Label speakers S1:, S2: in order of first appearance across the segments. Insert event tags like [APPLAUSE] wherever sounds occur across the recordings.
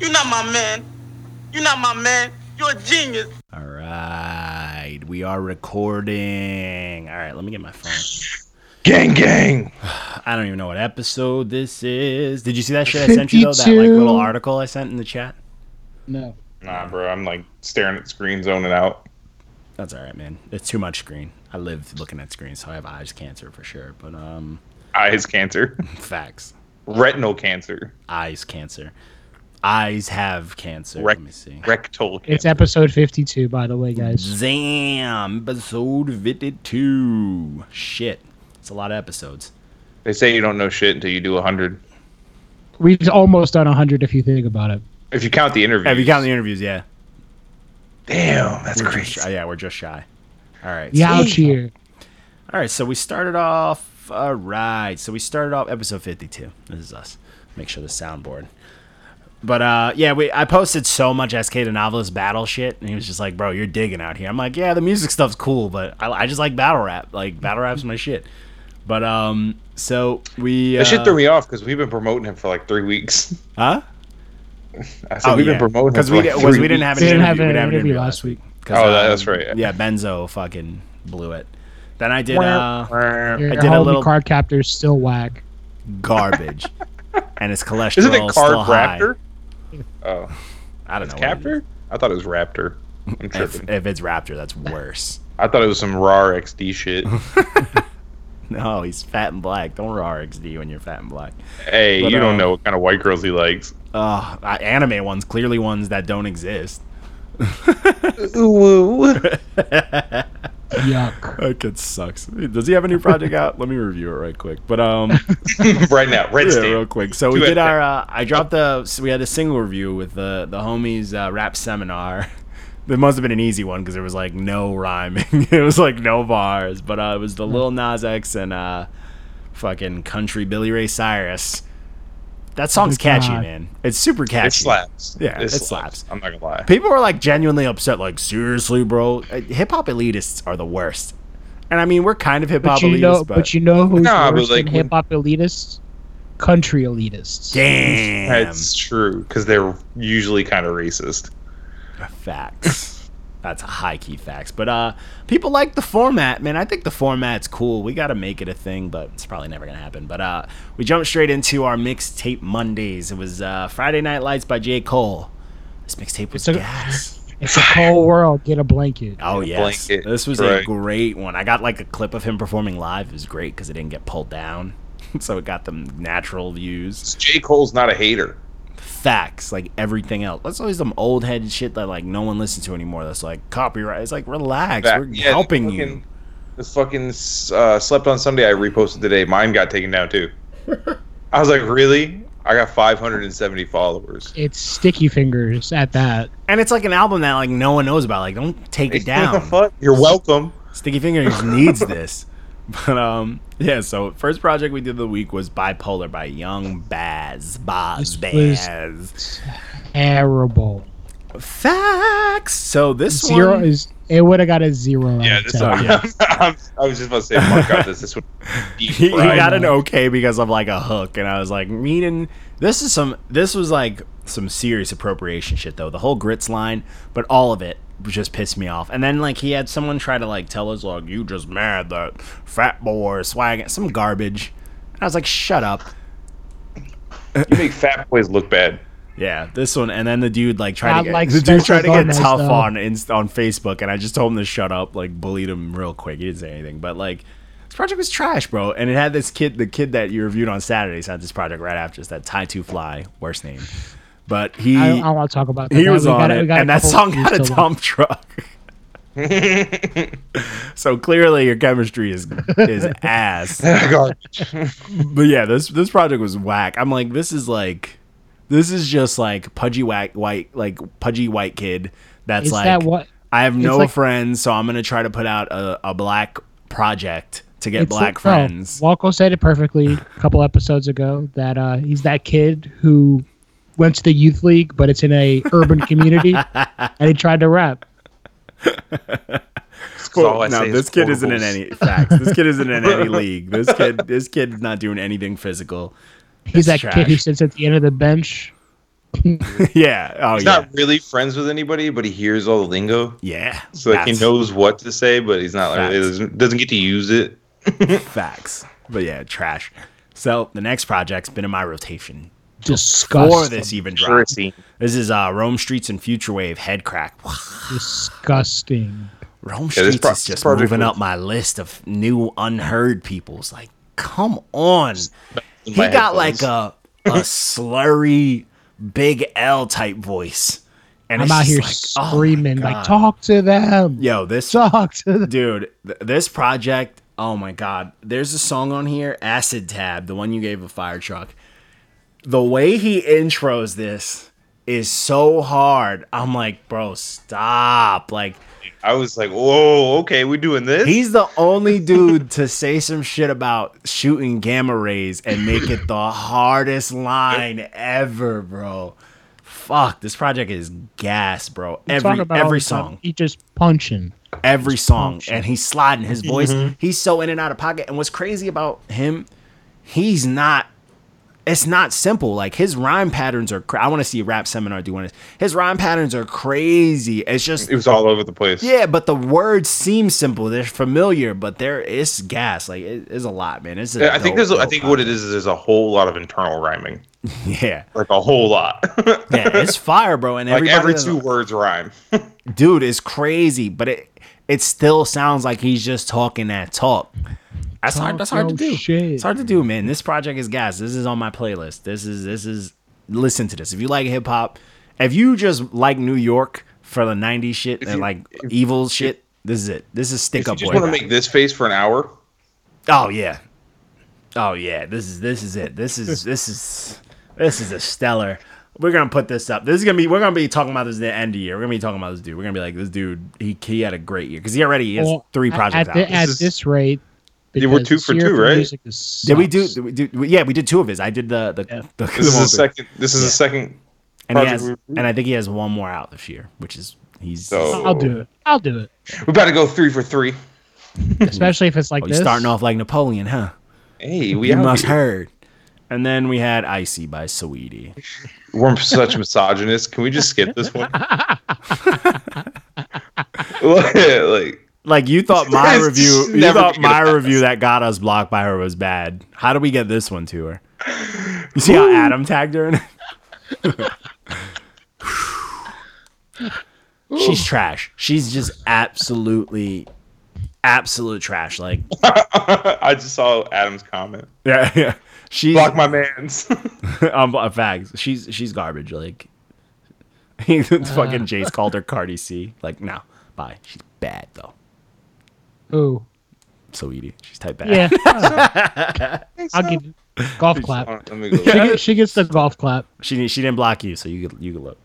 S1: You're not my man. You're not my man. You're a genius.
S2: All right, we are recording. All right, let me get my phone.
S3: Gang, gang.
S2: I don't even know what episode this is. Did you see that shit I sent you though? That like little
S4: 52.
S2: article I sent in the chat.
S4: No.
S3: Nah, bro, I'm like staring at screen, zoning out.
S2: That's all right, man. It's too much screen. I live looking at screens, so I have eyes cancer for sure. But um,
S3: Eyes cancer, [LAUGHS]
S2: facts,
S3: retinal cancer,
S2: eyes cancer. Eyes have cancer.
S3: Rec-
S2: Let me see.
S3: rectal
S4: It's
S3: cancer.
S4: episode 52, by the way, guys.
S2: Damn, episode 52. Shit, it's a lot of episodes.
S3: They say you don't know shit until you do 100.
S2: Mm-hmm.
S4: We've almost done 100 if you think about it.
S3: If you count the interview.
S2: Have you counting the interviews? Yeah,
S3: Damn, that's
S2: we're just
S3: crazy.
S2: shy. yeah, we're just shy. All right, so-
S4: Youch here.
S2: All right, so we started off. All right, so we started off episode fifty-two. This is us. Make sure the soundboard. But uh, yeah, we I posted so much SK the novelist battle shit, and he was just like, "Bro, you're digging out here." I'm like, "Yeah, the music stuff's cool, but I, I just like battle rap. Like battle rap's my shit." But um, so we uh,
S3: That shit threw me off because we've been promoting him for like three weeks.
S2: huh?
S3: I said we've
S2: Oh, yeah.
S3: been promoting him
S2: because
S3: for
S2: we
S3: like
S2: didn't
S3: three
S2: we didn't
S3: weeks.
S2: have an
S4: We didn't
S2: interview,
S4: have
S2: we
S4: an
S2: didn't have an
S4: interview
S2: interview
S4: last week.
S2: 'Cause,
S3: Oh, that-
S2: um,
S3: that's right.
S2: Yeah, Benzo fucking blew it. Then I did uh,
S3: Wah,
S4: Your
S2: did a
S4: Halloween
S2: little-
S4: card captor's still whack.
S2: garbage, and his cholesterol
S3: Isn't it
S2: still
S3: Card
S2: high.
S3: Raptor? Oh,
S2: I don't know. what it is.
S3: Captor? I thought it was Raptor. I'm tripping.
S2: If, if it's Raptor, that's worse. [LAUGHS]
S3: I thought it was some raw XD shit.
S2: No, he's fat and black. Don't raw RXD when you're fat and black.
S3: hey,
S2: But,
S3: you don't
S2: um,
S3: know what kind of white girls he likes.
S2: Uh, anime ones, clearly ones that don't exist. [LAUGHS]
S4: Yuck.
S2: That kid sucks. Does he have a new project out? Let me review it right quick. But um,
S3: right now,
S2: [LAUGHS]
S3: Red
S2: yeah,
S3: State.
S2: real quick. So we
S3: Two
S2: did
S3: at-
S2: our. Uh, I dropped the. So we had a single review with the the homies uh, rap seminar. [LAUGHS] It must have been an easy one because there was like no rhyming. [LAUGHS] it was like no bars, but uh, it was the Lil Nas X and uh, fucking country Billy Ray Cyrus. That song's
S4: Good
S2: catchy,
S4: Oh God.
S2: man. It's super catchy.
S3: It slaps.
S2: Yeah, it slaps.
S3: I'm not gonna lie.
S2: People were like genuinely upset. Like seriously, bro, hip hop elitists are the worst. And I mean, we're kind of hip hop
S4: But you,
S2: elitists,
S4: know,
S2: but,
S4: but, you know who's
S3: Nah, but
S4: worse
S3: like
S4: than
S3: when-
S4: hip hop elitists? Country elitists.
S2: damn,
S3: That's true because they're usually kind of racist.
S2: Facts. That's high key facts. But uh people like the format, man. I think the format's cool. We gotta make it a thing, but it's probably never gonna happen. But uh we jumped straight into our mixtape Mondays. It was uh Friday Night Lights by J. Cole. This mixtape was
S4: It's a- [LAUGHS]
S2: gas.
S4: It's a whole world. Get a blanket.
S2: Oh
S3: Yeah,
S2: yes.
S3: blanket,
S2: This was a
S3: right.
S2: great one. I got like a clip of him performing live. It was great because it didn't get pulled down. [LAUGHS] so it got them natural views.
S3: J. Cole's not a hater.
S2: facts, like everything else. That's always some old head shit that like no one listens to anymore. That's like copyright. It's like relax,
S3: That-
S2: we're
S3: yeah, the
S2: helping you.
S3: fucking- The fucking uh, slept on Sunday I reposted today. Mine got taken
S2: [LAUGHS]
S3: down too. I was like, really? I got 570 followers.
S4: It's sticky fingers at that.
S2: And it's like an album that like no one knows about. Like don't take it
S3: [LAUGHS] What
S2: down.
S3: the fuck? You're welcome.
S2: Sticky Fingers needs this. [LAUGHS] But um yeah, so first project we did of the week was Bipolar by Young Baz. Baz
S4: This was-
S2: Baz.
S4: Terrible.
S2: Facts. So this
S4: Zero
S2: one
S4: is. It would have got a zero.
S3: Yeah,
S4: out
S3: this [LAUGHS]
S4: of 10.
S2: Oh, yeah.
S3: I'm- I was just about to say, fuck out this.
S2: [LAUGHS]
S3: This would deep
S2: he, he
S3: fried.
S2: got an okay because of like a hook and i was like meaning this is some this was like some serious appropriation shit though the whole grits line but all of it just pissed me off and then like he had someone try to like tell us like you just mad that fat boy is swag some garbage and i was like shut up
S3: You make fat boys look bad. [LAUGHS]
S2: yeah this one and then the dude like tried
S4: Not
S2: to get
S4: like
S2: the dude
S4: Spencer
S2: tried to get
S4: Gomez,
S2: tough
S4: though.
S2: on inst- on facebook and i just told him to shut up like bullied him real quick he didn't say anything but like this project was trash, bro. And it had this kid, the kid that you reviewed on Saturdays, had this project right after. It's that Tie Two Fly, worst name. But he
S4: I, I don't want to talk about that.
S2: he
S4: We
S2: was on
S4: got a- we
S2: it,
S4: got a
S2: and that
S4: couple
S2: song had a
S4: reviews to watch.
S2: dump
S4: [LAUGHS]
S2: truck. so clearly, your chemistry is is
S4: [LAUGHS]
S2: ass.
S3: Garbage.
S2: But yeah, this this project was whack. I'm like, this is like, this is just like pudgy whack white like pudgy white kid. That's
S4: Is
S2: like
S4: that what?
S2: I have no
S4: like-
S2: friends, so I'm gonna try to put out a, a black project to get
S4: It's
S2: black
S4: like- oh, no,
S2: friends.
S4: Walco said it perfectly a couple episodes ago that uh, he's that kid who went to the youth league, but it's in a
S2: [LAUGHS]
S4: urban community, and he tried to rap.
S3: all I
S2: no,
S3: say is
S2: this kid isn't in
S3: portables.
S2: any facts. This kid isn't in
S3: [LAUGHS]
S2: any league. This kid, this kid's not doing anything physical. [LAUGHS]
S4: He's
S2: It's
S4: that kid who
S2: trash.
S4: sits at the end of the bench
S2: yeah. Oh
S3: He's
S2: yeah.
S3: not really friends with anybody, but he hears all the lingo.
S2: yeah.
S3: So like he
S2: That's
S3: knows what to say, but he's not like,
S2: Facts.
S3: he doesn't, doesn't get to use it.
S2: facts. But yeah, trash. So the next project's been in my rotation
S4: Disgusting.
S2: before this even dropped. This is uh, Rome Streets and Future Wave Headcrack.
S4: Disgusting.
S2: Rome
S3: Yeah,
S2: Streets
S3: this pro-
S2: is
S3: this
S2: just
S3: project
S2: moving
S3: was-
S2: up my list of new unheard peoples. Like, come on. He
S3: my
S2: got like
S3: headphones.
S2: a
S3: [LAUGHS]
S2: a slurry big L type voice. And
S4: I'm
S2: it's
S4: out
S2: just
S4: here
S2: like, oh my
S4: screaming, like,
S2: God.
S4: talk to them.
S2: Yo, this
S4: Talk to them.
S2: dude, th- this project. Oh my god, there's a song on here, Acid Tab, the one you gave a fire truck. The way he intros this is so hard. I'm like, bro, stop. Like,
S3: I was like, whoa, okay, we doing this?
S2: He's the only dude
S4: [LAUGHS]
S2: to say some shit about shooting gamma rays and make it the hardest line ever, bro. Fuck, this project is gas, bro.
S4: We
S2: every
S4: talk about all
S2: every
S4: the time.
S2: song,
S4: He just punching.
S2: every song, and he's sliding his voice.
S3: Mm-hmm.
S2: He's so in and out of pocket. And what's crazy about him, he's not. It's not simple. Like his rhyme patterns are. Cra- I want to see a rap seminar do one. of this. His rhyme patterns are crazy. It's just
S3: it was all over the place.
S2: yeah, but the words seem simple. They're familiar, but there is gas. Like it is a lot, man. It's a
S3: I think
S2: dope,
S3: there's I
S2: dope
S3: think what
S2: album.
S3: it is is there's a whole lot of internal rhyming.
S2: Yeah,
S3: Like a whole lot. [LAUGHS]
S2: yeah, it's fire, bro. And
S3: like
S2: everybody
S3: every
S2: that's-
S3: two words rhyme.
S2: dude is crazy, but it it still sounds like he's just talking that talk. That's hard. That's hard to
S4: no
S2: do.
S4: shit.
S2: It's hard to do, man. This project is gas. This is on my playlist. This is this is listen to this. If you like hip hop, if you just like New York for the '90s shit and
S3: you-
S2: like evil shit, this is it. This is stick
S3: If you
S2: up
S3: just
S2: boy.
S3: want to
S2: rap.
S3: make this face for an hour,
S2: Oh yeah. Oh yeah. This is this is it. This
S4: [LAUGHS]
S2: is this is this is a stellar. We're gonna put this up. This is gonna be we're gonna be talking about this at the end of the year. We're gonna be talking about this dude. We're gonna be like this dude. He he had a great year because he already has
S4: Well,
S2: three
S4: at-
S2: projects
S4: at,
S2: out.
S4: the- at
S3: This is-
S4: this rate.
S3: Yeah, we're
S4: because
S3: two
S4: this
S3: for
S4: year
S3: two, right?
S4: music is
S2: did we do,
S4: sucks.
S2: did we do? Yeah, we did two of his. I did the the, the
S3: this is
S2: Kumo
S3: the
S2: thing.
S3: second this is the second
S2: and he
S3: project
S2: has,
S3: we-
S2: and I think he has one more out this year, which is he's oh,
S3: So-
S4: I'll do it. I'll do
S2: [LAUGHS]
S4: it.
S3: we about to go three for three.
S4: Especially if it's like
S2: oh, he's
S4: this.
S2: starting off like Napoleon, huh?
S3: Hey, we
S2: You
S3: out
S2: must
S3: here.
S2: heard. And then we had Icy by Sweetie.
S3: We're such misogynists. Can we just skip this
S2: [LAUGHS]
S3: one? [LAUGHS] like
S2: Like you thought my
S3: It's
S2: review, you
S3: never
S2: thought
S3: gonna
S2: my
S3: pass.
S2: review that got us blocked by her was bad. How do we get this one to her? You see how Adam tagged her in? it? She's trash. She's just absolutely, absolute trash. Like,
S3: I just saw Adam's comment.
S2: yeah, yeah. She's
S3: Block my man's. [LAUGHS]
S2: [LAUGHS] um, facts. She's she's garbage. Like, [LAUGHS] fucking Jace called her Cardi C. Like, no, bye. She's bad though.
S4: Ooh.
S2: So Edie, she's type bad. [LAUGHS]
S4: Yeah. I'll give you golf clap.
S3: Let
S2: [LAUGHS]
S3: me go.
S4: She gets, she gets the golf clap.
S2: She she didn't block you, so you could you could look.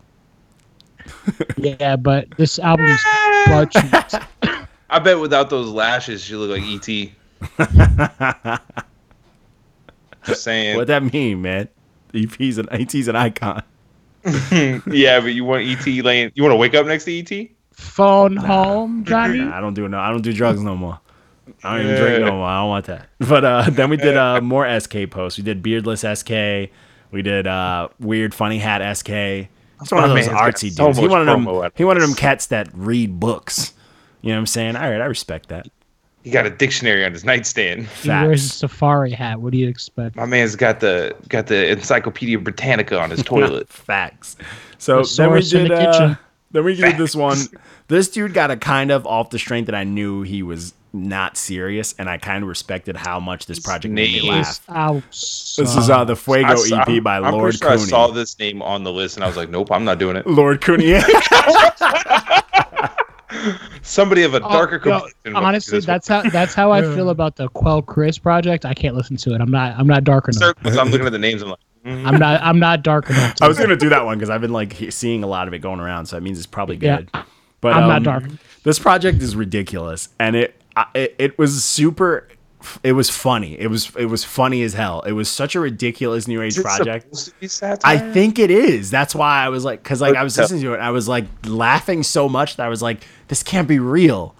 S4: Yeah, but this album's clutch.
S3: I bet without those lashes, she looked like E ET. [LAUGHS] Just saying.
S2: What that mean, man? EP's an ET's an icon.
S3: [LAUGHS] Yeah, but you want ET laying? You want to wake up next to E ET?
S2: [LAUGHS]
S4: Phone home, Johnny.
S2: Nah, I don't do no. I don't do drugs no more. I don't even drink no more. I don't want that. [LAUGHS] But uh, then we did uh, more SK posts. We did beardless SK. We did uh, weird funny hat SK. He's one of
S3: my
S2: those
S3: man's got
S2: artsy
S3: so
S2: dudes. He
S3: much
S2: wanted them.
S3: promo at
S2: He wanted them cats that read books. You know what I'm saying? All right, I respect that.
S3: He got a dictionary on his nightstand.
S4: He wears a
S2: Facts.
S4: safari hat. What do you expect?
S3: My man's got the got the Encyclopedia Britannica on
S2: [LAUGHS]
S3: his toilet.
S2: Facts. So
S4: Thesaurus
S2: then we
S4: in
S2: did.
S4: the
S2: uh,
S4: kitchen.
S2: then we did this one. This dude got a kind of off the strength that I knew he was not serious, and I kind of respected how much this project made me
S3: Sneeze.
S2: laugh.
S4: Oh,
S2: This is uh, the Fuego
S3: I saw-
S2: EP by
S3: I'm, I'm
S2: Lord
S3: pretty sure I
S2: Cooney.
S3: saw this name on the list, and I was like, "Nope, I'm not doing it."
S2: Lord Cooney. [LAUGHS]
S3: Somebody of a
S2: Oh,
S3: darker complexion. would do
S4: Oh, honestly,
S3: this one.
S4: that's how that's how I feel about the Quell Chris project. I can't listen to it. I'm not I'm not dark enough.
S3: Sir, 'cause I'm looking at the names. I'm like, mm,
S4: I'm not I'm not dark enough. To
S2: I was gonna do that one because I've been like he- seeing a lot of it going around, so it means it's probably
S4: Yeah.
S2: good. But
S4: I'm not
S2: um,
S4: dark.
S2: This project is ridiculous, and it, I, it it was super. It was funny. It was it was funny as hell. It was such a ridiculous new age
S3: is it
S2: project.
S3: supposed to be satire?
S2: I
S4: Uh,
S2: think it is. That's why I was like, because like I was
S3: Okay.
S2: listening to it, and I was like laughing so much that I was like, this can't be real.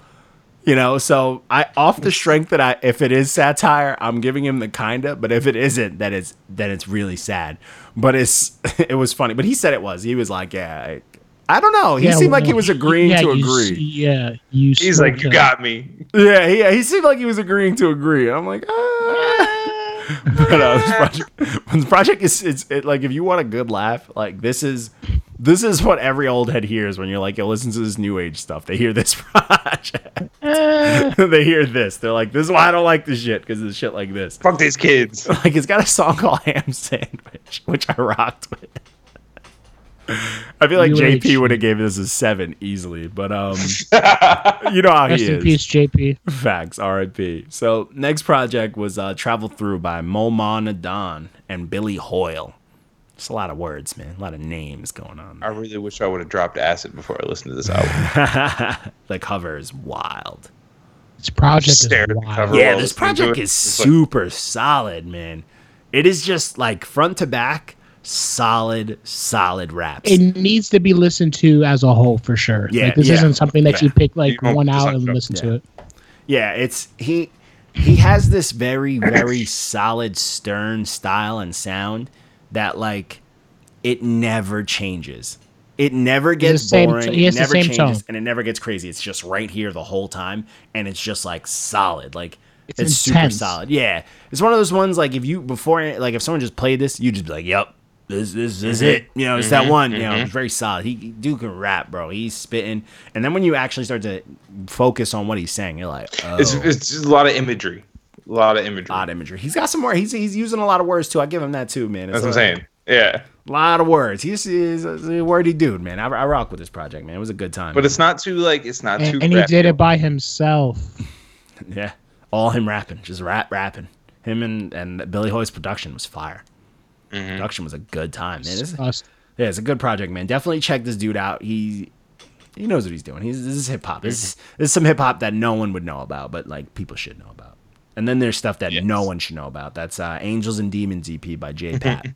S2: You know, so I off the strength that I if it is satire, I'm giving him the kinda, but if it isn't, then it's then it's really sad. But it's [LAUGHS] it was funny. But he said it was. He was like, yeah, I, I don't know. He
S4: Yeah,
S2: seemed like he
S4: well,
S2: was agreeing
S4: yeah,
S2: to
S4: you
S2: agree.
S4: s- yeah, you.
S3: He's
S4: smoked
S3: like, you
S4: a-
S3: got me.
S2: Yeah, he, he seemed like he was agreeing to agree. I'm like, ah. but uh, this project, this project is it's it, like if you want a good laugh, like this is this is what every old head hears when you're like, yo, listen to this new age stuff. They hear this [LAUGHS] project, [LAUGHS] they hear this. They're like, this is why I don't like this shit because it's shit like this. [LAUGHS]
S3: Fuck these kids.
S2: Like it's got a song called [LAUGHS] Ham Sandwich, which I rocked with. I feel like
S4: New
S2: JP
S4: age shit.
S2: would have gave this a seven easily, but um, you know how
S4: Rest
S2: he
S4: in
S2: is.
S4: peace, JP.
S2: Facts, RIP. So next project was uh, Travel Through by Mo Monadon and Billy Hoyle. It's a lot of words, man. A lot of names going on.
S3: [LAUGHS] I really wish I would have dropped acid before I listened to this album.
S2: [LAUGHS] the cover is wild.
S4: This project is
S3: Stare at the
S4: wild.
S3: cover.
S2: Yeah,
S3: all
S2: this
S3: listening to
S2: project
S3: it.
S2: is
S3: It's like-
S2: super solid, man. It is just like front to back, solid, solid raps.
S4: It needs to be listened to as a whole for sure.
S2: Yeah,
S4: like, this
S2: yeah.
S4: isn't something that
S3: Yeah.
S4: you pick like
S3: You won't
S4: one
S3: just
S4: hour
S3: like
S4: and
S3: drop-
S4: listen to
S2: yeah.
S4: it.
S2: Yeah, it's he he has this very very solid stern style and sound that like it never changes. It never
S4: has
S2: gets
S4: the same-
S2: boring.
S4: he
S2: It
S4: has the
S2: never
S4: same
S2: changes,
S4: tone.
S2: and it never gets crazy. It's just right here the whole time, and it's just like solid. Like it's,
S4: It's
S2: super
S4: intense.
S2: solid. Yeah, it's one of those ones like if you before like if someone just played this, you just be like, "Yep, this this is
S3: Mm-hmm.
S2: it." You know, it's that one. You know, it's very solid. He dude can rap, bro. He's spitting, and then when you actually start to focus on what he's saying, you're like, oh
S3: It's, it's just a lot of imagery. A lot of imagery.
S2: lot of imagery. He's got some more. He's he's using a lot of words too. I give him that too, man. It's
S3: That's what I'm
S2: a
S3: saying. Yeah.
S2: lot of words. He's, he's a he's a wordy dude, man. I, I rock with this project, man. It was a good time.
S3: But it's not too, like, it's not too.
S4: And, and he
S3: rap-
S4: did it by himself.
S2: [LAUGHS] yeah, all him rapping, just rap rapping. Him and and Billy Hoy's production was fire.
S3: Mm-hmm.
S2: Production was a good time, man. This-
S4: Us-
S2: yeah, it's a good project, man. Definitely check this dude out. He he knows what he's doing. He's this is hip hop. This is this is some hip hop that no one would know about, but like people should know about. And then there's stuff that no one should know about. That's uh, Angels and Demons EP by
S4: [LAUGHS]
S2: J. Pat.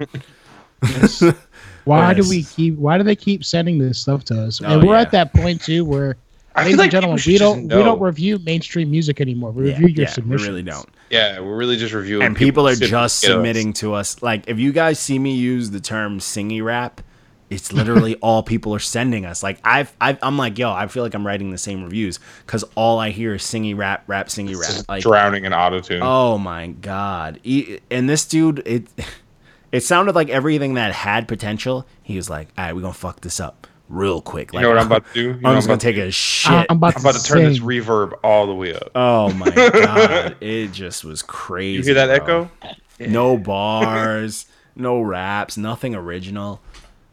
S4: Why
S2: Yes.
S4: do we keep? Why do they keep sending this stuff to us?
S2: Oh,
S4: and we're
S2: yeah.
S4: at that point too, where
S3: I
S4: ladies
S3: feel like
S4: and gentlemen,
S3: people
S4: we
S3: should
S4: don't
S3: just
S4: we
S3: know.
S4: don't review mainstream music anymore. We
S2: yeah,
S4: review your
S2: yeah, we
S4: submissions.
S2: really don't.
S3: Yeah, we're really just reviewing.
S2: and people are
S3: shit
S2: just
S3: that we get.
S2: submitting to us. Like, if you guys see me use the term singy rap, it's [LAUGHS] literally all people are sending us. Like, I've, I've, I'm like, yo, I feel like I'm writing the same reviews because all I hear is singy rap, rap, singy rap. Like,
S3: drowning in auto tune.
S2: oh my god! E- And this dude, it, [LAUGHS] it sounded like everything that had potential. He was like, all right, we're gonna fuck this up real quick. Like,
S3: you know what I'm about to do? You know
S2: I'm
S3: what
S2: just gonna
S3: I'm, about,
S2: take a shit.
S4: I'm about,
S3: I'm about to turn this
S4: sing.
S3: reverb all the way up.
S2: oh
S3: [LAUGHS]
S2: my god! It just was crazy.
S3: You hear that
S2: bro.
S3: echo?
S2: No bars, no raps, nothing original.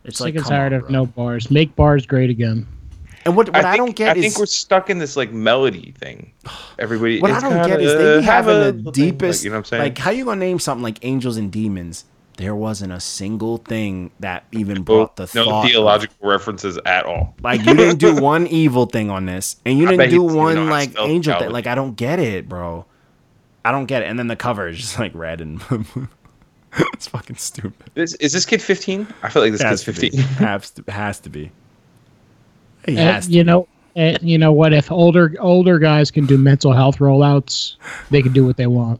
S2: It's
S4: sick
S2: like
S4: and
S2: come on,
S4: tired of
S2: bro.
S4: no bars. Make bars great again.
S2: And what, what I,
S3: think,
S2: don't get
S3: I
S2: is
S3: think we're stuck in this like melody
S2: [SIGHS]
S3: thing. Everybody.
S2: what I
S3: it's
S2: don't
S3: gotta
S2: get is they have
S3: have a
S2: in
S3: little
S2: the
S3: thing, like,
S2: deepest. Like,
S3: you know what I'm saying?
S2: how you gonna name something like angels and demons? There wasn't a single thing that even brought the
S3: no
S2: thought.
S3: theological references at all.
S2: Like you didn't
S3: [LAUGHS]
S2: do one evil thing on this, and you
S3: I
S2: didn't
S3: bet
S2: do
S3: he's even
S2: one
S3: on
S2: like
S3: stealth
S2: angel thing.
S3: theology.
S2: Like I don't get it, bro. I don't get it. And then the cover is just like red and [LAUGHS] blue. it's fucking stupid.
S3: This, is this kid 15? I feel like this
S2: Has
S3: kid's
S2: to be.
S3: 15.
S2: Has to, has to be. He
S4: And,
S2: has to
S4: you know, and you know what? If older older guys can do mental health rollouts, they can do what they want.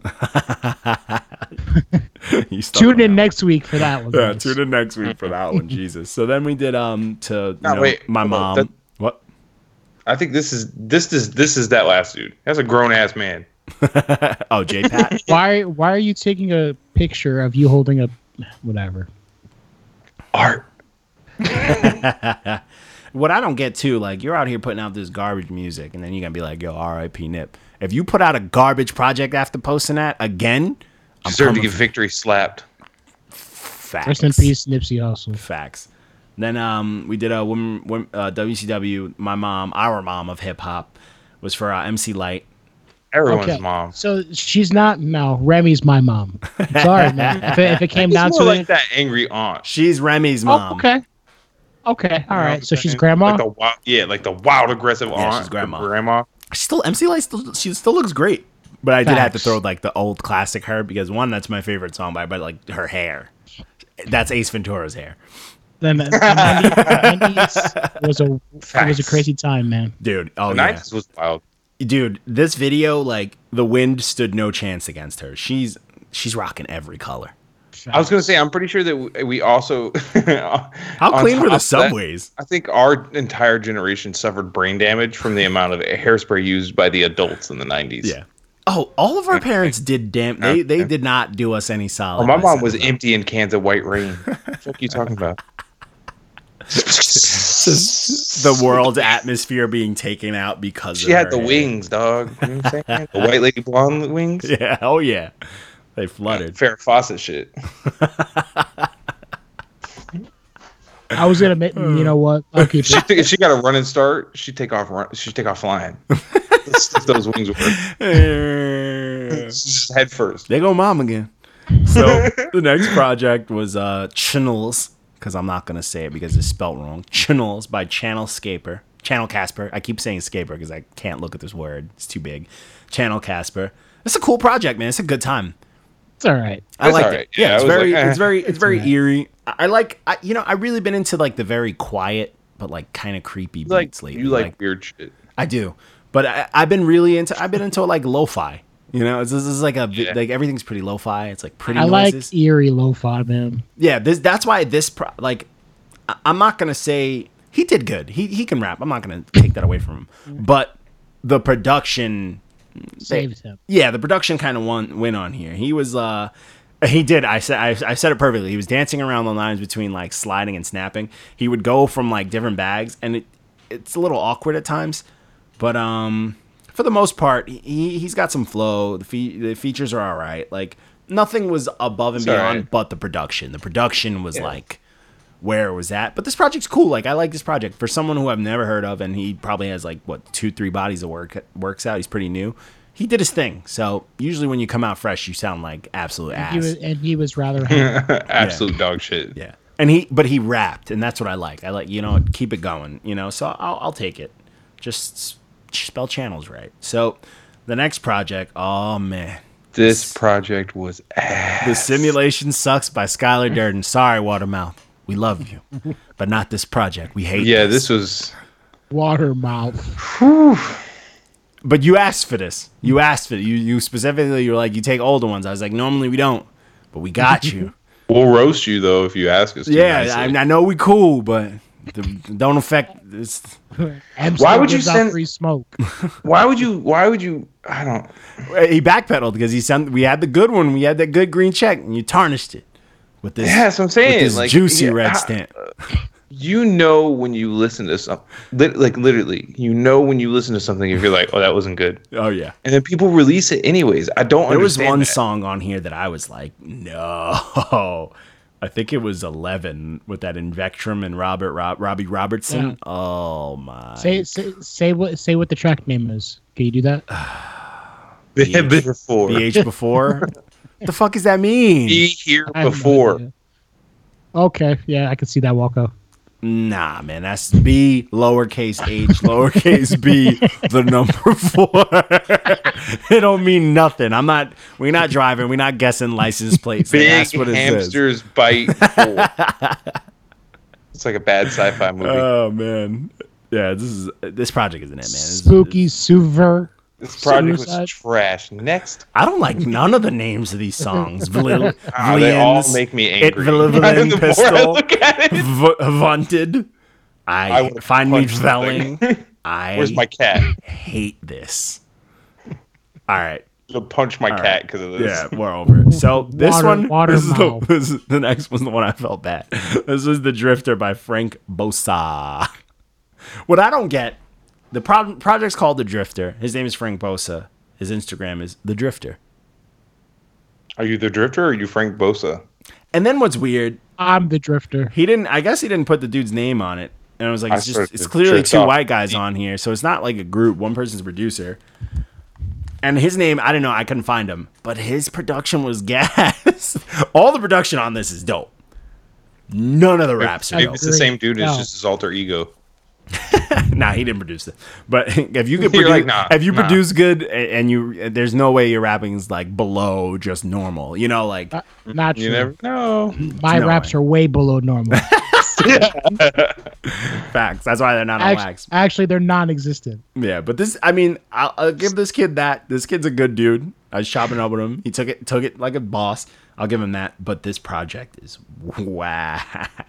S2: You stuck
S4: Tune
S2: on
S4: in
S2: that
S4: next week for that one.
S2: one. [LAUGHS] Yeah,
S4: guys.
S2: tune in next week for that
S4: [LAUGHS]
S2: one, Jesus. So then we did um to you
S3: No,
S2: know,
S3: wait,
S2: my
S3: hold on,
S2: mom.
S3: that-
S2: what?
S3: [LAUGHS] I think this is this is this is that last dude. That's a grown ass man.
S2: Oh, J Pat. [LAUGHS]
S4: Why why are you taking a picture of you holding a whatever?
S3: Art.
S2: what I don't get too, like you're out here putting out this garbage music, and then you're gonna be like, "Yo, R.I.P. Nip." If you put out a garbage project after posting that again, I'm
S3: Deserve to
S2: coming
S3: get victory slapped.
S2: facts.
S4: Rest in peace, Nipsey Hussle.
S2: Facts. Then um, we did a women, women uh, WCW. My mom, our mom of hip hop, was for uh, MC Light.
S3: Everyone's mom.
S4: So she's not no. Remy's
S3: [LAUGHS]
S4: my mom. I'm sorry, man. If it, if it came down
S3: It's
S4: to
S3: more like
S4: it,
S3: that angry aunt.
S2: She's Remy's mom.
S4: oh, okay, okay, all right. So she's
S3: Like
S4: grandma.
S3: the wild, yeah, like the wild aggressive aunt.
S2: she's grandma.
S3: the Grandma.
S2: She's still MC Light still she still looks great. But I did have to
S4: Facts.
S2: throw like the old classic her because one that's my favorite song by but like her hair. That's Ace Ventura's hair.
S4: [LAUGHS] Then the nineties was a it was a
S3: [LAUGHS] Facts.
S4: crazy time, man.
S2: Dude, oh
S3: The
S2: yeah.
S3: nineties was wild.
S2: dude, this video like the wind stood no chance against her. She's she's rocking every color.
S3: I was going to say, I'm pretty sure that we- we also. [LAUGHS]
S2: How
S3: How
S2: clean were the subways?
S3: I think our entire generation suffered brain damage from the amount of hairspray used by the adults in the 90s.
S2: Yeah. Oh, all of our parents did damn. They they did not do us any solid.
S3: Oh, my
S2: by
S3: mom
S2: sending
S3: was
S2: them.
S3: emptying cans of white [LAUGHS] rain. What the fuck you talking about?
S2: the world's atmosphere being taken out because
S3: She
S2: of
S3: had
S2: her
S3: the
S2: hair.
S3: wings, dog. You know what I'm saying? The white lady blonde
S2: [LAUGHS]
S3: wings.
S2: Yeah. Oh yeah. They
S3: [LAUGHS]
S2: flooded. [LAUGHS]
S3: Farrah Fawcett shit.
S4: I was gonna make you know what? I'll keep
S3: She
S4: it.
S3: if she got a running start, she take off run, she take
S2: [LAUGHS]
S3: off flying. That's what those wings were
S2: there
S3: Just head first.
S2: go mom again. So [LAUGHS] the next project was uh Channels because I'm not gonna say it because it's spelt wrong. Channels by Channel Scaper. Channel Casper. I keep saying Scaper because I can't look at this word. It's too big. Channel Casper. It's a cool project, man. It's a good time.
S4: It's
S3: [LAUGHS]
S4: all right.
S2: I
S3: It's
S2: liked
S3: alright.
S2: it. Yeah,
S3: Yeah, I
S2: it's,
S3: was
S2: very,
S3: like, eh.
S2: it's
S3: [LAUGHS]
S2: very, it's very,
S4: alright.
S2: eerie. I, I like, I, you know, I really been into like the very quiet but like kind of creepy beats
S3: Like
S2: lately.
S3: you like weird shit.
S2: I do, but I, I've been really into, I've been into like lo-fi. You know, this is like a vi-
S3: Yeah.
S2: like everything's pretty lo-fi. It's like pretty
S4: I
S2: noises.
S4: like E- eerie lo-fi, man.
S2: yeah, this that's why this pro- like I, I'm not gonna say he did good. He he can rap. I'm not gonna take that away from him. But the production
S4: Saved him.
S2: yeah, the production kind of won went on here. He was uh he did. I said I, I said it perfectly. He was dancing around the lines between like sliding and snapping. He would go from like different bags and it it's a little awkward at times, but um for the most part, he he's got some flow. The fe- the features are all right. Like nothing was above and
S3: all
S2: beyond
S3: right.
S2: but the production. The production was like where it was at. But this project's cool. Like I like this project for someone who I've never heard of, and he probably has like what two, three bodies of work works out. He's pretty new. He did his thing. So usually when you come out fresh, you sound like absolute ass.
S4: He was, and he was rather
S3: [LAUGHS]
S4: happy.
S3: Absolute dog shit.
S2: yeah. And he, but he rapped, and that's what I like. I like you know keep it going. You know, so I'll I'll take it. Just s- spell channels right. So the next project, oh man.
S3: This project was ass.
S2: The Simulation Sucks by Skylar Durden. Sorry, Watermouth. We love you, but not this project. We hate
S3: Yeah, this was
S4: Water mouth.
S2: but you asked for this. You asked for it. You you specifically you were like you take older ones. I was like normally we don't, but we got
S3: [LAUGHS]
S2: you.
S3: we'll roast you though if you ask us. to,
S2: yeah, I,
S3: nicely.
S2: I know we cool, but the, don't affect this.
S4: Why
S3: would you send-
S2: [LAUGHS]
S4: free smoke?
S3: Why would you why would you I don't
S2: He backpedaled because he sent. We had the good one. We had that good green check, and you tarnished it with this.
S3: Yeah, that's what I'm saying.
S2: With this
S3: Like,
S2: juicy
S3: yeah,
S2: red
S3: I- uh,
S2: stamp.
S3: you know when you listen to something like literally you know when you listen to something if you're like oh that wasn't good
S2: Oh yeah.
S3: and then people release it anyways i don't
S2: There was
S3: understand
S2: one
S3: that.
S2: song on here that I was like, no. [LAUGHS] I think it was Eleven with that Invectrum and Robert Rob, Robbie Robertson.
S4: Yeah.
S2: Oh my.
S4: Say, say say what say what the track name is. Can you
S2: [SIGHS]
S4: do that?
S3: Be here before be
S2: BH
S3: [LAUGHS]
S2: before. the fuck does that mean?
S3: here
S4: I have no
S3: before
S4: idea. okay, yeah, I can see that Walko.
S2: Nah, man, that's B lowercase h lowercase b the number four. [LAUGHS] it don't mean nothing. I'm not. We're not driving. We're not guessing license plates. Like,
S3: big
S2: that's what it says.
S3: hamsters
S2: [LAUGHS]
S3: bite four. it's like a bad sci-fi movie
S2: Oh man, yeah. This is this project isn't it, man. This is-
S4: Spooky Suver.
S3: this project
S4: suicide.
S3: was trash next
S2: I don't like none of the names of these
S3: [LAUGHS]
S2: songs. Vlil,
S3: Ah, they all
S2: Vliens,
S3: make me
S2: It
S3: angry
S2: Vlil-
S3: [LAUGHS] the
S2: Vlin
S3: more i
S2: Pistol,
S3: look at
S2: [LAUGHS]
S3: it
S2: v- Vaunted. I,
S3: I would've
S2: find me
S3: punched something.
S2: felling.
S3: [LAUGHS]
S2: I
S3: where's my cat
S2: hate
S4: [LAUGHS]
S2: this. All right.
S3: i'll punch my cat because of this
S2: Yeah, we're over. it. So this
S4: Water-
S2: one, [LAUGHS]
S4: water
S2: this is the,
S4: mouth.
S2: this is- the next one's the one I felt bad. This was the Drifter by Frank Bosa. What I don't get, the pro- project's called the Drifter. His name is Frank Bosa. His Instagram is the Drifter.
S3: are you the drifter or are you frank bosa
S2: And then what's weird,
S4: I'm the Drifter.
S2: he didn't. I guess he didn't put the dude's name on it. And I was like,
S3: I
S2: it's just
S3: sort
S2: it's
S3: of
S2: clearly
S3: jerked
S2: two
S3: off.
S2: white guys on here, so it's not like a group. One person's a producer. And his name, I don't know, I couldn't find him, but his production was [LAUGHS] gas. All the production on this is dope. None of the raps are
S3: Maybe
S2: dope.
S3: it's the same dude it's
S4: No.
S3: just his alter ego
S2: Nah, he didn't produce it. But [LAUGHS] if you could
S3: [LAUGHS] You're
S2: produce,
S3: like, nah,
S2: if you
S3: nah.
S2: produce good, a- and you, there's no way your rapping is like below just normal. You know, like
S4: Not
S3: you
S4: true.
S3: never know
S4: My
S2: no
S4: raps
S2: way. [LAUGHS]
S4: are way below normal.
S2: Facts. That's why they're not on
S4: Act-
S2: wax.
S4: actually, they're non-existent.
S2: Yeah, but this, I mean, I'll, I'll give this kid that. This kid's a good dude. I was shopping up with him. He took it, took it like a boss. I'll give him that. But this project is [LAUGHS] wow.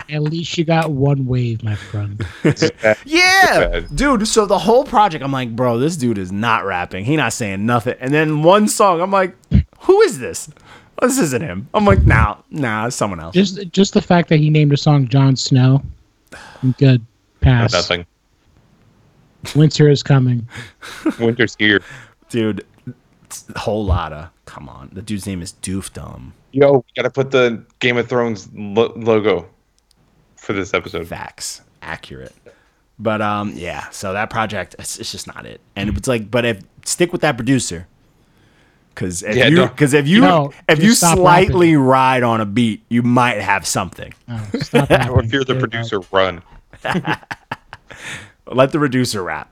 S4: At least you got one wave, my friend.
S3: [LAUGHS]
S2: Yeah,
S3: bad.
S2: dude. So the whole project, I'm like, bro, this dude is not rapping. He not saying nothing. And then one song, I'm like, who is this? Oh, This isn't him. I'm like, nah, nah, it's someone else.
S4: Just just the fact that he named a song John Snow. I'm good. Pass.
S3: Nothing.
S4: Winter
S3: [LAUGHS]
S4: is coming.
S3: Winter's here.
S2: Dude, it's a whole lotta. Come on, the dude's name is Doof Dumb.
S3: Yo, we gotta put the Game of Thrones lo- logo for this episode.
S2: facts accurate but um yeah so that project it's, it's just not it and it's like but if stick with that producer because if
S3: Yeah,
S2: you
S3: don't-
S2: because if you
S4: No,
S2: if
S4: just
S2: you
S4: stop
S2: slightly ride on a beat you might have something
S4: Oh, stop that.
S3: Or if you're the producer, run.
S2: let the producer rap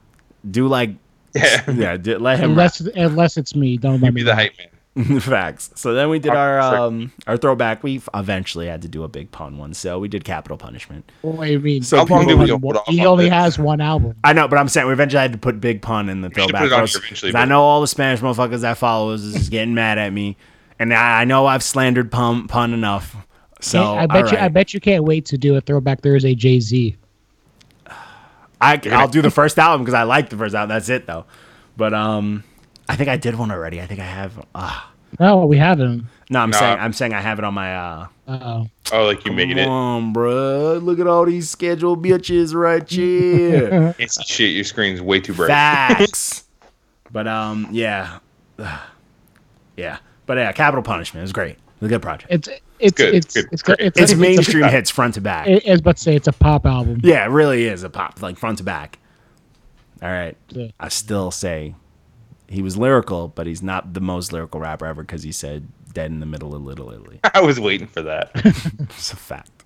S2: do like
S3: [LAUGHS] Yeah,
S2: yeah do, let him rap.
S4: Unless unless it's me, don't let
S3: be
S4: me.
S3: the hype man.
S2: [LAUGHS] facts so then we did our
S3: Alright, sorry.
S2: um our throwback we eventually had to do a big pun one so we did capital punishment
S4: What do you mean?
S2: So How
S3: long
S4: He
S3: do we
S4: only-
S3: hold off
S4: he
S3: on
S4: only
S3: this?
S4: has one album.
S2: I know, but I'm saying we eventually had to put Big Pun in the
S3: should
S2: throwback.
S3: put it on
S2: roast,
S3: here eventually,
S2: 'cause I
S3: but-
S2: know all the Spanish motherfuckers that follow us is getting mad at me, and I, I know I've slandered Pun, pun enough. So
S4: I bet you. I
S2: alright.
S4: bet you can't wait to do a throwback Thursday Jay Z.
S2: I, will do the first album because I like the first album. That's it though. But um, I think I did one already. I think I have. Uh,
S4: No, we haven't.
S2: no, I'm
S3: No.
S2: saying I'm saying I have it on my. Uh,
S4: Oh,
S3: Oh, like you made
S2: Come
S3: it.
S2: on, bro. Look at all these scheduled bitches
S4: [LAUGHS]
S2: right here.
S3: It's shit. Your screen's way too bright.
S2: Facts. but um, yeah, [SIGHS] yeah. But yeah, Capital Punishment is great. It was a good project.
S4: it's it's
S3: Good,
S4: it's
S3: good,
S4: it's it's,
S3: great.
S4: it's,
S2: It's
S4: a- [LAUGHS]
S2: mainstream hits front to back.
S4: A, it, it's about to say it's a pop album.
S2: yeah, it really is a pop, like front to back. All right.
S4: Yeah.
S2: I still say he was lyrical, but he's not the most lyrical rapper ever because he said dead in the middle of Little
S4: [LAUGHS]
S2: Italy.
S3: [LAUGHS] I was waiting for that. [LAUGHS]
S2: It's a fact.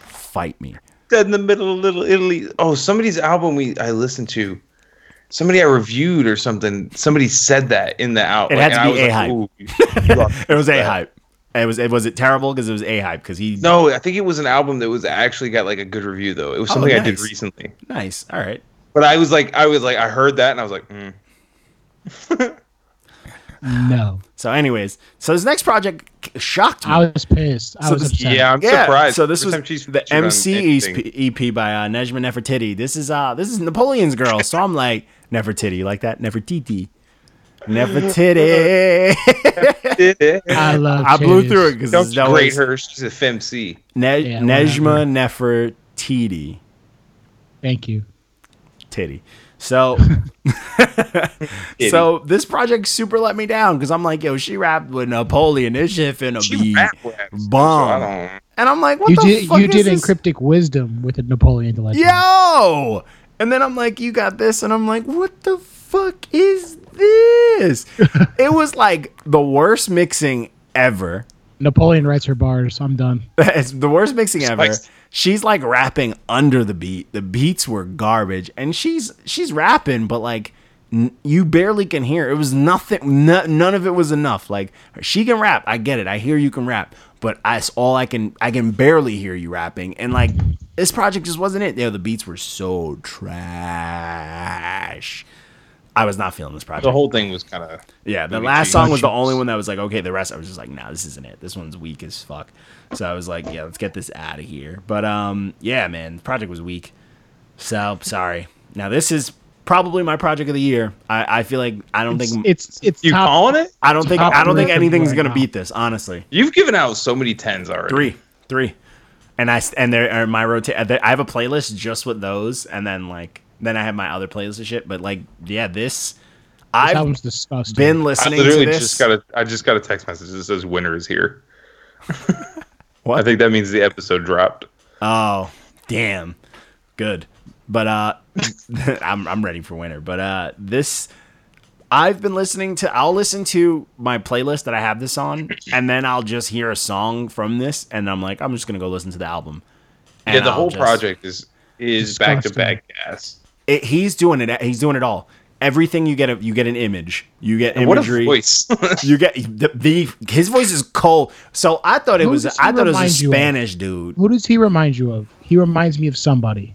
S2: Fight me.
S3: Dead in the middle of Little Italy. Oh, somebody's album we I listened to. Somebody I reviewed or something. Somebody said that in the out.
S2: It had to be
S3: and I
S2: A-Hype.
S3: was
S2: [LAUGHS]
S3: like, ooh, you lost
S2: It was
S3: that.
S2: A hype. It was it was it terrible because it was A hype because he
S3: No, I think it was an album that was actually got like a good review though. It was
S2: Oh,
S3: something I did
S2: nice.
S3: recently.
S2: nice. All right.
S3: But I was like, I was like, I heard that and I was like, mm.
S4: No,
S2: So, anyways, so this next project shocked me.
S4: I was pissed. I
S2: So
S4: was
S2: this-
S4: upset.
S3: yeah, I'm surprised.
S2: So this
S3: First
S2: was
S3: time she's
S2: the
S3: featured on
S2: MC
S3: anything.
S2: EP, EP by uh, Nejma Nefertiti. This is uh this is Napoleon's girl. So I'm like Nefertiti, you like that Nefertiti, Nefertiti.
S4: I love.
S2: I blew
S4: Jay's.
S2: through it because
S3: [LAUGHS] Don't
S2: there's no way.
S3: grade her. She's a femc.
S2: Ne-
S4: Yeah,
S2: Nejma Nefertiti,
S4: Thank you.
S2: titty.
S3: [LAUGHS]
S2: So, so this project super let me down because I'm like, yo, she rapped with Napoleon. This shit finna
S3: She
S2: be
S3: rap raps.
S2: bomb.
S3: So I
S2: and I'm like, what
S4: You
S2: the
S4: did
S2: fuck
S4: you
S2: is
S4: did
S2: this?
S4: encryptic wisdom with a Napoleon Delight.
S2: yo and then i'm like you got this and i'm like what the fuck is this it was like the worst mixing ever
S4: Napoleon writes her bars. I'm done.
S2: [LAUGHS] it's the worst mixing ever
S3: Spiced.
S2: she's like rapping under the beat the beats were garbage and she's she's rapping but like n- you barely can hear it was nothing no, none of it was enough like she can rap i get it i hear you can rap but that's all i can i can barely hear you rapping and like this project just wasn't it yeah the beats were so trash i was not feeling this project
S3: The whole thing was kind of
S2: yeah, the
S3: Maybe
S2: last
S3: two
S2: song was the
S3: options.
S2: only one that was like, okay, the rest I was just like, nah, this isn't it. This one's weak as fuck. So I was like, yeah, let's get this out of here. But um, yeah, man, the project was weak. So sorry. Now this is probably my project of the year. I, I feel like I don't
S4: It's
S2: think
S4: it's, it's
S3: you
S4: top.
S3: calling it.
S2: I don't think I don't think
S4: Top
S2: anything's
S4: right
S2: gonna
S4: now.
S2: beat this. Honestly,
S3: You've given out so many tens already.
S2: three, three, and I s- and there are my rotate. I have a playlist just with those, and then like then I have my other playlist and shit. But like yeah, this
S4: This
S2: I've
S4: album's disgusting.
S2: been
S3: I
S2: listening
S3: literally
S2: to this.
S3: just got a I just got a text message that says winner is here.
S2: [LAUGHS] What?
S3: I think that means the episode dropped.
S2: Oh, damn. Good. But uh [LAUGHS] I'm I'm ready for winter. But uh this I've been listening to I'll listen to my playlist that I have this on and then I'll just hear a song from this and I'm like I'm just going to go listen to the album.
S3: Yeah,
S2: And
S3: the
S2: I'll
S3: whole
S2: just-
S3: project is is back to
S4: Disgusting.
S3: back gas.
S2: it, he's doing it he's doing it all. everything you get a, you get an image. You get
S3: What a
S2: imagery.
S3: voice. [LAUGHS]
S2: You get the, the his voice is cold. So I thought it
S4: Who
S2: was
S4: does he
S2: I thought it was a
S4: remind you of?
S2: Spanish dude.
S4: Who does he remind you of? He reminds me of somebody.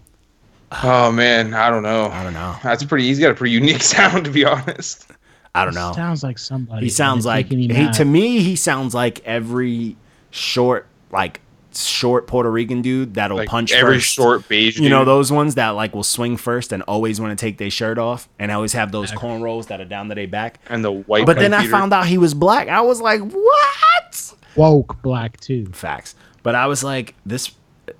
S3: oh man, I don't know.
S2: I don't know.
S3: That's pretty. He's got a pretty unique [LAUGHS] sound, to be honest.
S2: I don't know.
S4: Sounds like somebody.
S2: He sounds
S4: It's
S2: like
S4: making me
S2: he
S4: mad.
S2: to me he sounds like every short like short Puerto Rican dude that'll
S3: Like
S2: punch
S3: every
S2: first.
S3: short beige.
S2: you know
S3: dude.
S2: those ones that like will swing first and always want to take their shirt off and always have those cornrows that are down to their back.
S3: and the white.
S2: But then I
S3: computer.
S2: found out he was black. I was like, what?
S4: woke black too.
S2: Facts. But I was like, this.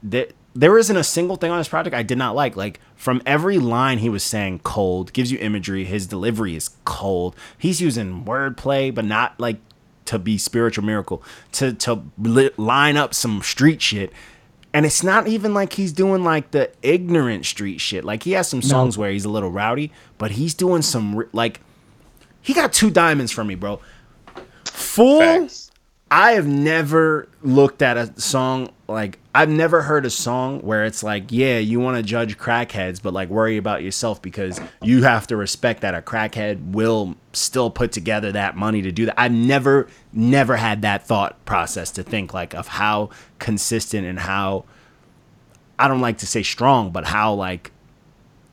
S2: Th- there isn't a single thing on this project I did not like. Like from every line he was saying, cold gives you imagery. His delivery is cold. He's using wordplay, but not like to be spiritual miracle to to li- line up some street shit. And it's not even like he's doing like the ignorant street shit. Like he has some songs where he's a little rowdy, but he's doing some re- like he got two diamonds from me, bro. Full
S3: Facts.
S2: I have never looked at a song like I've never heard a song where it's like, yeah, you want to judge crackheads, but like worry about yourself because you have to respect that a crackhead will still put together that money to do that. I've never, never had that thought process to think like of how consistent and how I don't like to say strong, but how like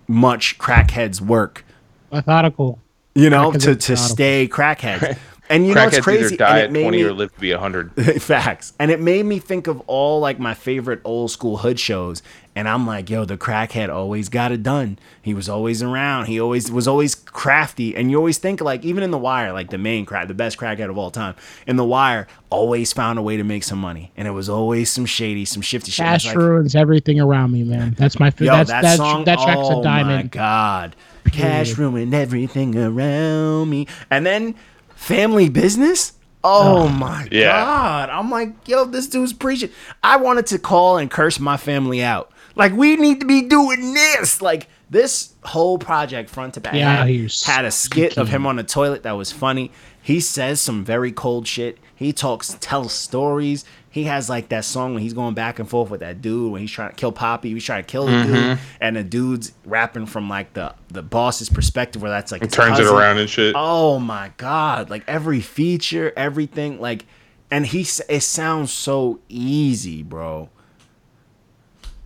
S2: much crackheads work
S4: Methodical.
S2: you know,
S4: Crackheads
S2: to, to
S4: are not
S3: [LAUGHS]
S4: a-
S2: stay crackheads. And you know it's
S3: Crackheads
S2: crazy.
S3: either die
S2: and it
S3: at
S2: made
S3: twenty
S2: me,
S3: or live to be hundred.
S2: [LAUGHS] facts. And it made me think of all like my favorite old school hood shows. And I'm like, yo, the crackhead always got it done. He was always around. He always was always crafty. And you always think like even in the wire, like the main crack, the best crackhead of all time. In the wire, always found a way to make some money. And it was always some shady, some shifty shit. It's
S4: Cash
S2: like,
S4: ruins everything around me, man. That's my
S2: Yo,
S4: favorite. That's
S2: that,
S4: that,
S2: song.
S4: that track's
S2: oh
S4: a
S2: my
S4: diamond.
S2: god! Cash ruined everything around me, and then family business. Oh my
S3: Yeah.
S2: god! I'm like, yo, this dude's preaching. I wanted to call and curse my family out. Like, we need to be doing this. Like, this whole project, front to back,
S4: Yeah,
S2: had,
S4: he's-
S2: had a skit of him on the toilet that was funny. He says some very cold shit. He talks, tells stories. He has like that song when he's going back and forth with that dude when he's trying to kill Poppy. He's trying to kill the
S3: Mm-hmm.
S2: dude, and the dude's rapping from like the the boss's perspective, where that's like his
S3: Turns it
S2: cousin.
S3: around and shit.
S2: Oh my god! Like every feature, everything, like, and he s- it sounds so easy, bro.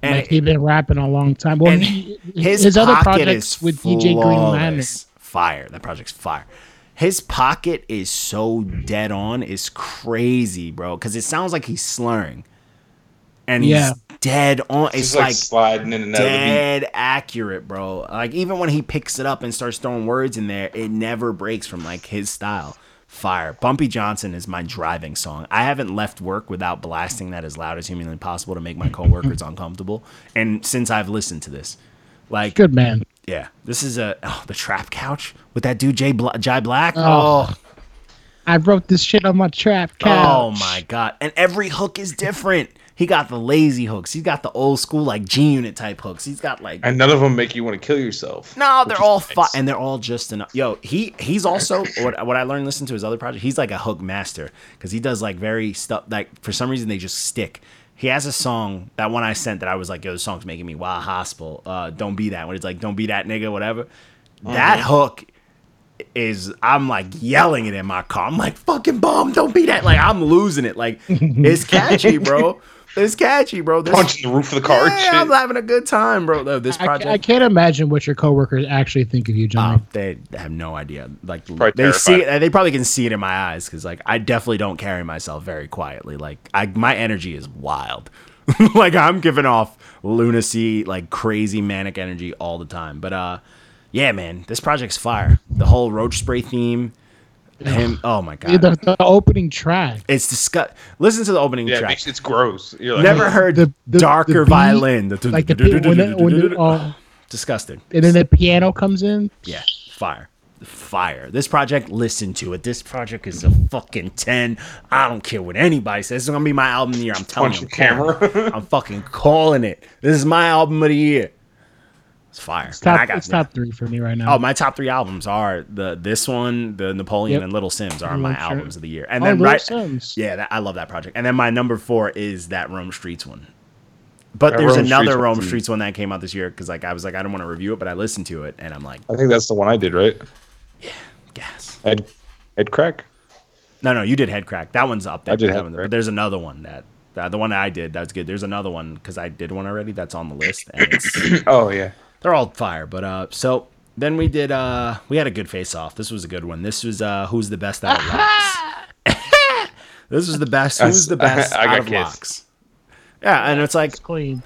S2: And
S4: Like, he's been rapping a long time. Well,
S2: and
S4: he-
S2: his,
S4: other
S2: pocket
S4: projects
S2: is
S4: with DJ Green Lantern.
S2: flawless. Fire. That project's fire. His pocket is so dead on. It's crazy, bro. Because it sounds like he's slurring, and
S4: Yeah.
S2: he's dead on. It's
S3: Just like,
S2: like,
S3: sliding in and out of
S2: dead accurate, bro. Like even when he picks it up and starts throwing words in there, it never breaks from like his style. Fire. Bumpy Johnson is my driving song. I haven't left work without blasting that as loud as humanly possible to make my
S4: [LAUGHS]
S2: coworkers uncomfortable. And since I've listened to this, like
S4: Good man.
S2: yeah, this is a oh, the trap couch with that dude Jay Bla- Jai Black.
S4: Oh.
S2: Oh,
S4: I wrote this shit on my trap couch.
S2: oh my god! And every hook is different. He got the lazy hooks. He's got the old school like G Unit type hooks. He's got like
S3: the beat. And none of them make you want to kill yourself.
S2: No, they're all fi-
S3: nice.
S2: and they're all just enough. Yo, he he's also what what I learned listening to his other project. He's like a hook master because he does like very stuff. Like for some reason they just stick. He has a song that one I sent that I was like, yo, the song's making me wild hospital. Uh, don't be that when it's like, don't be that nigga, whatever. That
S3: Mm-hmm.
S2: hook is I'm like yelling it in my car. I'm like, fucking bomb, don't be that. Like I'm losing it. Like
S3: [LAUGHS]
S2: it's catchy, bro. It's catchy, bro. This,
S3: Punching the roof of the car. and
S2: Yeah,
S3: shit.
S2: I'm having a good time, bro. No, This
S4: I, ca-
S2: project.
S4: I can't imagine what your coworkers actually think of you, John.
S2: Um, they have no idea. Like
S3: Probably
S2: they see
S3: terrified.
S2: it, they probably can see it in my eyes because like I definitely don't carry myself very quietly. Like I, my energy is wild. [LAUGHS] like I'm giving off lunacy, like crazy manic energy all the time. But uh, yeah, man, this project's fire. The whole roach spray theme.
S4: [SIGHS]
S2: Him, oh my
S4: The,
S2: god,
S4: the opening track.
S2: it's disgust. Listen to the opening
S3: Yeah, it
S2: track.
S3: makes, it's gross. You're like,
S2: Never heard
S4: The- the- the
S2: darker
S4: beat,
S2: violin.
S4: Like the pi- when the, when the, uh,
S2: disgusting.
S4: and then the piano comes in.
S2: Yeah, fire. Fire. This project, listen to it. This project is a fucking 10. I don't care what anybody says. This is going to be my album of the year. I'm telling
S3: Punch
S2: you.
S3: the
S2: I'm calling
S3: camera. [LAUGHS]
S2: it. [LAUGHS] I'm fucking calling it. This is my album of the year. It's fire.
S4: Top,
S2: And I got-
S4: it's top three for me right now.
S2: Oh, my top three albums are the this one, the Napoleon,
S4: Yep.
S2: and Little Sims are my
S4: Little Sims.
S2: albums of the year. And
S4: Oh,
S2: then
S4: Little
S2: right,
S4: Sims.
S2: yeah, that, I love that project. And then my number four is that Rome Streets one. But
S3: Yeah,
S2: there's
S3: Rome
S2: another
S3: Street's
S2: Rome
S3: awesome.
S2: Streets one that came out this year because like I was like I don't want to review it, but I listened to it and I'm like
S3: I think that's the one I did, right?
S2: gas.
S3: Ed, Ed Crack.
S2: No, no, you did head crack. That one's up there.
S3: I did
S2: That
S3: Head
S2: one's-
S3: Crack.
S2: But there's another one that, that the one that I did that's good. There's another one because I did one already that's on the list and it's
S3: [COUGHS] Oh yeah.
S2: they're all fire. But uh, so then we did uh, we had a good face off. This was a good one. This was uh, who's the best
S3: [LAUGHS]
S2: out of locks. [LAUGHS] this was the best. Who's the
S3: [LAUGHS]
S2: best
S3: I got
S2: out of
S3: kissed.
S2: locks? Yeah, and it's like,
S4: It's clean.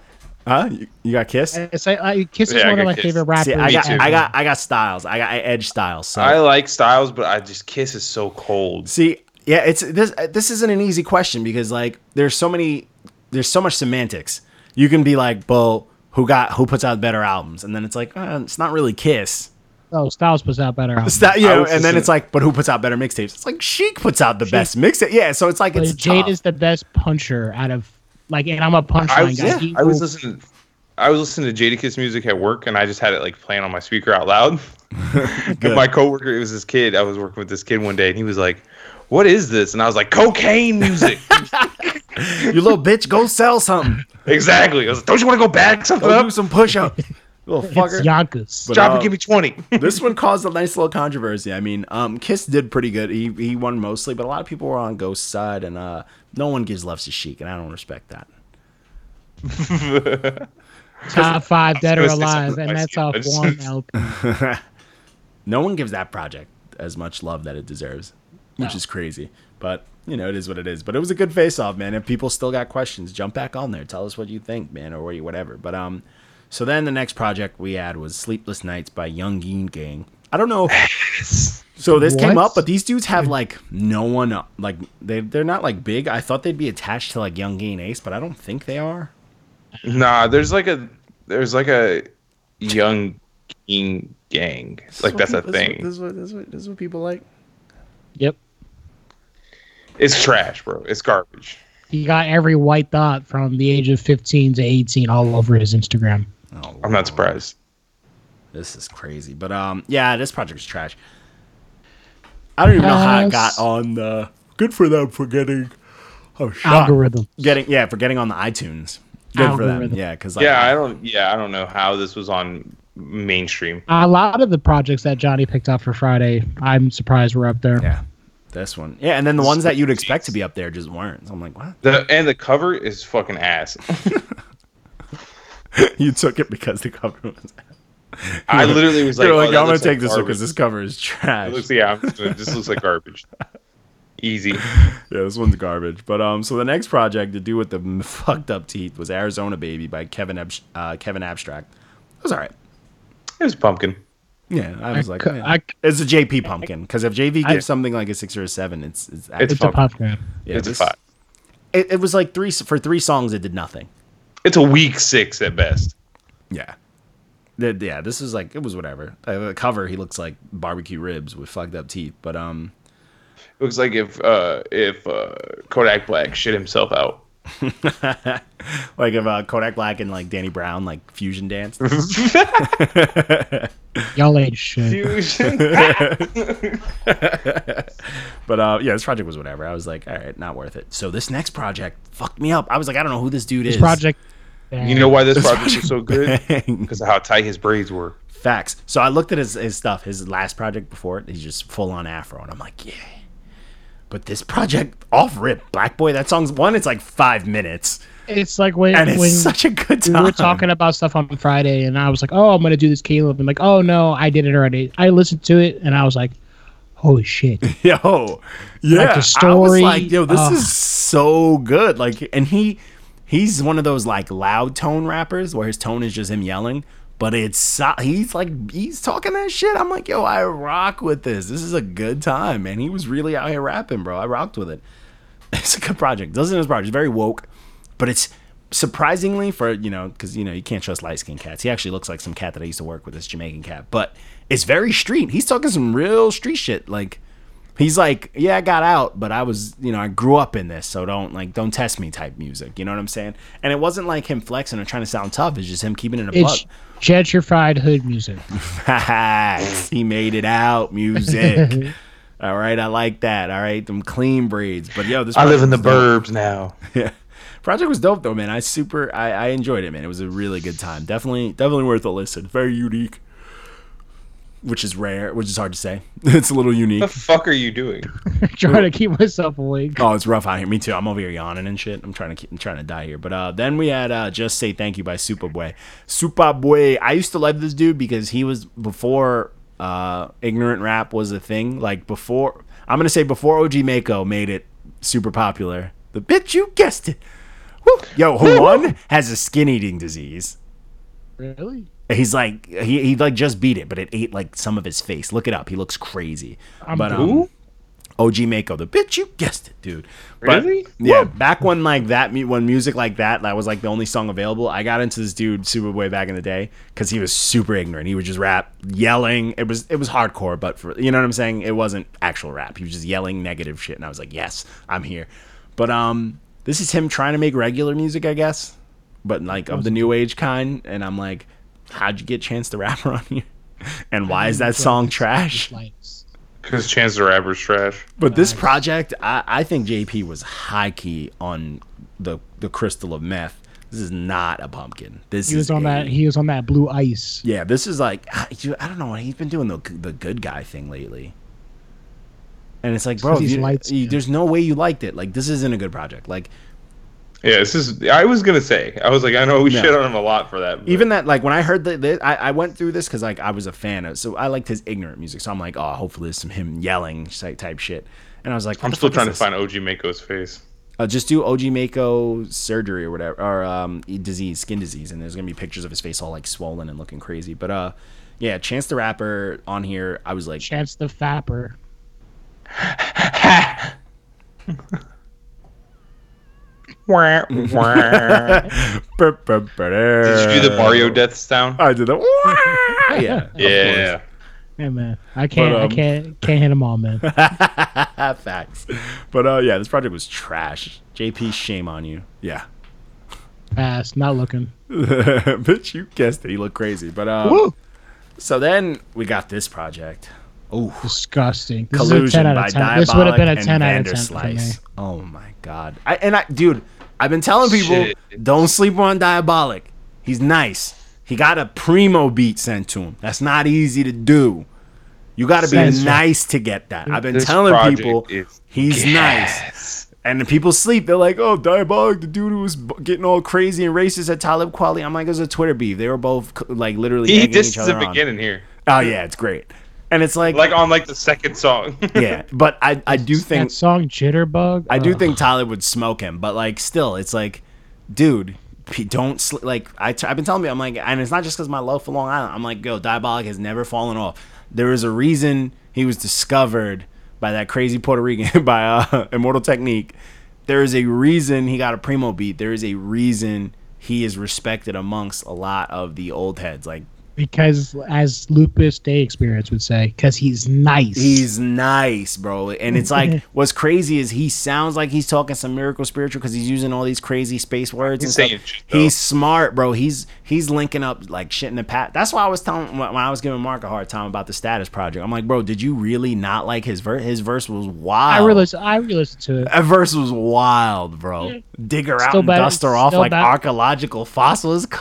S2: huh? You, you got kissed?
S4: It's like, I, Kiss is
S3: Yeah, I
S4: one of
S3: got
S4: my
S3: Kiss.
S4: favorite rappers.
S2: See, I got,
S3: too.
S2: I got, I got Styles. I got I Edge Styles. So
S3: I like Styles, but I just Kiss is so cold.
S2: See, yeah, it's this. This isn't an easy question because like there's so many, there's so much semantics. You can be like, well, who got who puts out better albums, and then it's like uh, it's not really Kiss.
S4: oh, Styles puts out better.
S2: It's not, you
S3: I
S2: know,
S3: was
S2: and then
S3: just-
S2: it's like, but who puts out better mixtapes? It's like Chic puts out the best mixtape. Yeah, so it's like
S4: But
S2: it's uh,
S4: Jade
S2: tough.
S4: is the best puncher out of like, and I'm a
S3: I
S4: punchline
S3: was,
S4: guy.
S3: yeah,
S4: He
S3: I was
S4: will-
S3: listening. I was listening to Jadakiss music at work, and I just had it like playing on my speaker out [LAUGHS] loud.
S2: Good.
S3: And my coworker, it was this kid. I was working with this kid one day, and he was like, "What is this?" And I was like, "Cocaine [LAUGHS] music."
S2: you little bitch, go sell something.
S3: exactly. I was like, "Don't you want to go back something
S2: Go do
S3: up?
S2: some push up. little
S4: it's
S2: fucker.
S4: Yonkers.
S2: But,
S3: Drop
S2: uh,
S3: and give me [LAUGHS] 20.
S2: this one caused a nice little controversy. I mean, um, Kiss did pretty good. He he won mostly, but a lot of people were on Ghost's side, and uh, no one gives love to Chic, and I don't respect that.
S4: Top five dead or
S3: gonna say
S4: alive,
S3: something
S4: and
S3: nice,
S4: that's off
S3: but it's-
S4: one LP.
S2: No one gives that project as much love that it deserves, which is crazy. But you know, it is what it is. But it was a good face off, man. If people still got questions, jump back on there. Tell us what you think, man, or what you- whatever. But um, so then the next project we had was Sleepless Nights by Young Yin Gang. I don't know. [LAUGHS] So this came
S4: What?
S2: up, but these dudes have like no one up. Like they they're not like big. I thought they'd be attached to like Young Gain Ace, but I don't think they are.
S3: Nah, there's like a there's like a young king gang. Like that's a thing.
S2: This is what this is what, this is what people like.
S4: Yep.
S3: It's trash, bro. It's garbage.
S4: He got every white dot from the age of 15 to 18 all over his Instagram.
S2: Oh,
S3: I'm not surprised.
S2: This is crazy. But um yeah, this project's trash. I don't even know how it got
S4: Yes.
S2: on the good for them for getting oh shit.
S4: Algorithm.
S2: Getting yeah, for getting on the iTunes. Good for them.
S4: Algorithm.
S2: Yeah, cuz like
S3: Yeah, I don't. Yeah, I don't know how this was on mainstream.
S4: A lot of the projects that Johnny picked up for Friday, I'm surprised we're up there.
S2: yeah. This one. Yeah, and then the ones that you'd expect to be up there just weren't. So I'm like, "What? [LAUGHS]
S3: The and the cover is fucking ass.
S2: you took it because the cover
S3: [LAUGHS]
S2: was [LAUGHS]
S3: I literally was like,
S2: You're like,
S3: "Oh, that
S2: I'm going
S3: looks
S2: to take
S3: like
S2: this one
S3: garbage."
S2: cuz this cover is trash."
S3: It looks, yeah, I'm just gonna- this looks
S2: [LAUGHS]
S3: like garbage. Easy.
S2: Yeah, this one's garbage. But um, so the next project to do with the [LAUGHS] m- fucked up teeth was Arizona Baby by Kevin Ab- uh, Kevin Abstract. It was all right.
S3: It was pumpkin.
S2: Yeah, I was like,
S4: c-
S2: yeah.
S4: I c-
S2: it's a JP pumpkin because if JV gives
S4: I-
S2: something like a six or a seven, it's it's,
S3: It's
S4: It's a pop grab.
S2: yeah,
S3: it's
S2: this-
S3: a five.
S2: It, it was like three s- for three songs. It did nothing.
S3: It's a weak six at best.
S2: Yeah. The, yeah, this is like it was whatever. Uh, the cover, he looks like barbecue ribs with fucked up teeth. But um, [LAUGHS]
S3: It looks like if uh if uh Kodak Black shit himself out. [LAUGHS]
S2: like if uh, Kodak Black and like Danny Brown like fusion dance.
S4: Y'all ain't shit.
S3: Fusion.
S2: But uh, yeah, this project was whatever. I was like, all right, not worth it. So this next project fucked me up. I was like, I don't know who this dude
S4: This
S2: is. [LAUGHS]
S4: project.
S3: you know why this project was so good?
S2: Bang.
S3: Because of how tight his braids were.
S2: Facts. So I looked at his, his stuff, his last project before it. He's just full on afro, and I'm like, yeah. But this project off rip, Black Boy. That song's one. It's like five minutes,
S4: it's like when,
S2: and it's
S4: when
S2: such a good
S4: we
S2: time.
S4: were talking about stuff on Friday, and I was like, "Oh, I'm gonna do this, Caleb," and like, "Oh no, I did it already." I listened to it, and I was like,
S2: [LAUGHS]
S4: "Holy shit!"
S2: yo, yeah.
S4: the
S2: I was
S4: story,
S2: like, yo, this
S4: uh,
S2: is so good. Like, and he he's one of those like loud tone rappers where his tone is just him yelling, but it's so- he's like he's talking that shit. I'm like, yo, I rock with this. This is a good time, man. He was really out here rapping, bro. I rocked with it. [LAUGHS] It's a good project. Doesn't his project? It's very woke, but it's surprisingly for you know because you know you can't trust light skinned cats. He actually looks like some cat that I used to work with, this Jamaican cat. But it's very street. He's talking some real street shit. Like he's like, yeah, I got out, but I was you know I grew up in this, so don't like don't test me type music. You know what I'm saying? And it wasn't like him flexing or trying to sound tough. It's just him keeping it a buck.
S4: It's gentrified hood
S2: [LAUGHS]
S4: music. [LAUGHS]
S2: Facts. he made it out music. All right, I like that. All right, them clean braids. But yo, this
S3: I live in the
S2: project's dope.
S3: burbs now.
S2: [LAUGHS] Yeah. Project was dope though, man. I super I, I enjoyed it, man. It was a really good time. Definitely definitely worth a listen. Very unique. Which is rare, which is hard to say. [LAUGHS] it's a little unique.
S3: What the fuck are you doing?
S4: trying to keep myself awake.
S2: Oh, it's rough out here. Me too. I'm over here yawning and shit. I'm trying to keep, I'm trying to die here. But uh, then we had uh, just say thank you by Superboy. Superboy. I used to love this dude because he was before uh, ignorant rap was a thing. Like before, I'm gonna say before OG Mako made it super popular. The bitch, you guessed it. Woo. Yo, Juan has a skin eating disease.
S4: Really?
S2: He's like he, he like just beat it, but it ate like some of his face. Look it up. He looks crazy. but um,
S3: Who?
S2: OG Mako, the bitch, you guessed it, dude.
S3: Really?
S2: Yeah, back when like that, mu- when music like that, that was like the only song available. I got into this dude Superboy back in the day because he was super ignorant. He would just rap, yelling. It was it was hardcore, but for you know what I'm saying, it wasn't actual rap. He was just yelling negative shit, and I was like, yes, I'm here. But um, this is him trying to make regular music, I guess, but like of the new age kind. And I'm like, how'd you get Chance the Rapper on here? [LAUGHS] And why is that song trash?
S4: Lights.
S3: Because Chance the Rapper's trash.
S2: But this project, I, I think JP was high key on the the crystal of meth. This is not a pumpkin. This
S4: He was
S2: is
S4: on
S2: a-
S4: that. He was on that blue ice.
S2: Yeah, this is like I I don't know. He's been doing the the good guy thing lately, and it's like, bro,
S4: 'cause he's
S2: you-
S4: light
S2: you-
S4: skinned.
S2: there's no way you liked it. Like this isn't a good project. Like
S3: Yeah, this is. I was gonna say. I was like, I know we shit on him a lot for that. but-
S2: even that like when i heard that that- I, I went through this because like i was a fan of so i liked his ignorant music so i'm like oh hopefully there's some him yelling type, type shit and i was like what
S3: I'm
S2: the
S3: still
S2: fuck is
S3: trying to
S2: this?
S3: find OG Mako's face.
S2: uh, just do og mako surgery or whatever or um disease skin disease and there's gonna be pictures of his face all like swollen and looking crazy but uh yeah chance the rapper on here i was like
S4: Chance the Fapper.
S2: [LAUGHS]
S3: Wah, wah.
S2: "Bur- bur- bur-
S3: Did you do the
S2: Uh,
S3: Mario death sound?
S2: i did the "Wah!"
S4: [LAUGHS]
S2: yeah
S3: [LAUGHS] yeah.
S4: Hey man, I can't.
S2: um,
S4: I can't. Can't hit him
S2: [LAUGHS]
S4: all,
S2: [LAUGHS]
S4: man.
S2: facts but uh yeah this project was trash jp shame on you yeah
S4: Pass. Not looking.
S2: [LAUGHS] Bitch, you guessed it. He looked crazy. But um,
S4: Woo!
S2: so then we got this project. Oh,
S4: Disgusting. This is a
S2: collusion
S4: ten out
S2: by
S4: of ten. This would have
S2: Diabolic
S4: been a
S2: and
S4: ten out of ten for me.
S2: Vanderslice. Oh my god! I, and I, dude, I've been telling people
S3: Shit.
S2: don't sleep on Diabolic. He's nice. He got a primo beat sent to him. That's not easy to do. You got to be
S4: Satisfying.
S2: nice to get that. I've been
S3: This
S2: telling
S3: project
S2: people
S3: is
S2: he's nice.
S3: Yes.
S2: And the people sleep. They're like, "Oh, diabolic, the dude who was b- getting all crazy and racist at Talib Kweli." I'm like, "It was a Twitter beef. They were both c- like literally
S3: He
S2: egging each
S3: dissed
S2: other
S3: the
S2: on."
S3: beginning here,
S2: Oh yeah, it's great. And it's like,
S3: like on like the second song. [LAUGHS]
S2: yeah, but I I do think
S4: That song Jitterbug.
S2: I do
S4: uh,
S2: think Talib would smoke him. But like, still, it's like, dude, p- don't sl- like I t- I've been telling you. I'm like, and it's not just because my love for Long Island. I'm like, yo, diabolic has never fallen off. There is a reason he was discovered by that crazy Puerto Rican [LAUGHS] by uh, Immortal Technique. There is a reason he got a primo beat. There is a reason he is respected amongst a lot of the old heads. Like
S4: because, as Lupus Day Experience would say, because he's nice.
S2: He's nice, bro. And it's like
S4: [LAUGHS]
S2: what's crazy is he sounds like he's talking some miracle spiritual because he's using all these crazy space words.
S3: He's
S2: and
S3: saying
S2: stuff.
S3: shit, though.
S2: he's smart, bro. He's he's linking up like shit in the past. That's why I was telling when when I was giving Mark a hard time about the status project. I'm like, bro, did you really not like his verse? His verse was
S4: I
S2: wild.
S4: realized. I realized to it.
S2: That verse was wild, bro.
S3: Mm.
S2: Dig her out
S4: Still
S2: and
S4: better-
S2: dust her off
S4: still
S2: like
S4: better-
S2: archaeological fossils. [LAUGHS]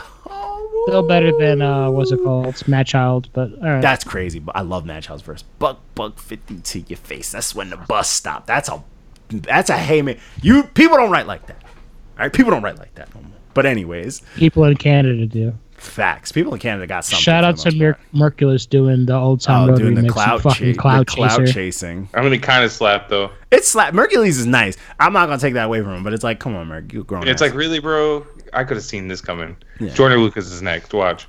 S4: Still better than uh, what's it called? It's Matt Child, but all right.
S2: That's crazy. But I love Nat Child's verse. Buck, buck, fifty to your face. That's when the bus stopped. That's a, that's a hey man. You people don't write like that. All right, people don't write like that no more. But anyways,
S4: people in Canada do.
S2: facts. People in Canada got something.
S4: Shout
S2: for
S4: out
S2: the
S4: to
S2: most
S4: Mer-
S2: part.
S4: Merculus doing the old time
S2: Oh,
S4: road
S2: doing
S4: remix.
S2: the
S4: you
S2: cloud,
S4: fucking
S2: cha-
S4: cloud
S2: the cloud
S4: chaser.
S2: chasing.
S3: I'm gonna kind of slap though.
S2: It's slap. Mercules is nice. I'm not gonna take that away from him, but it's like, come on, Merc, you grown.
S3: It's
S2: ass.
S3: like really, bro. I could have seen this coming. Jordan Lucas is next. Watch.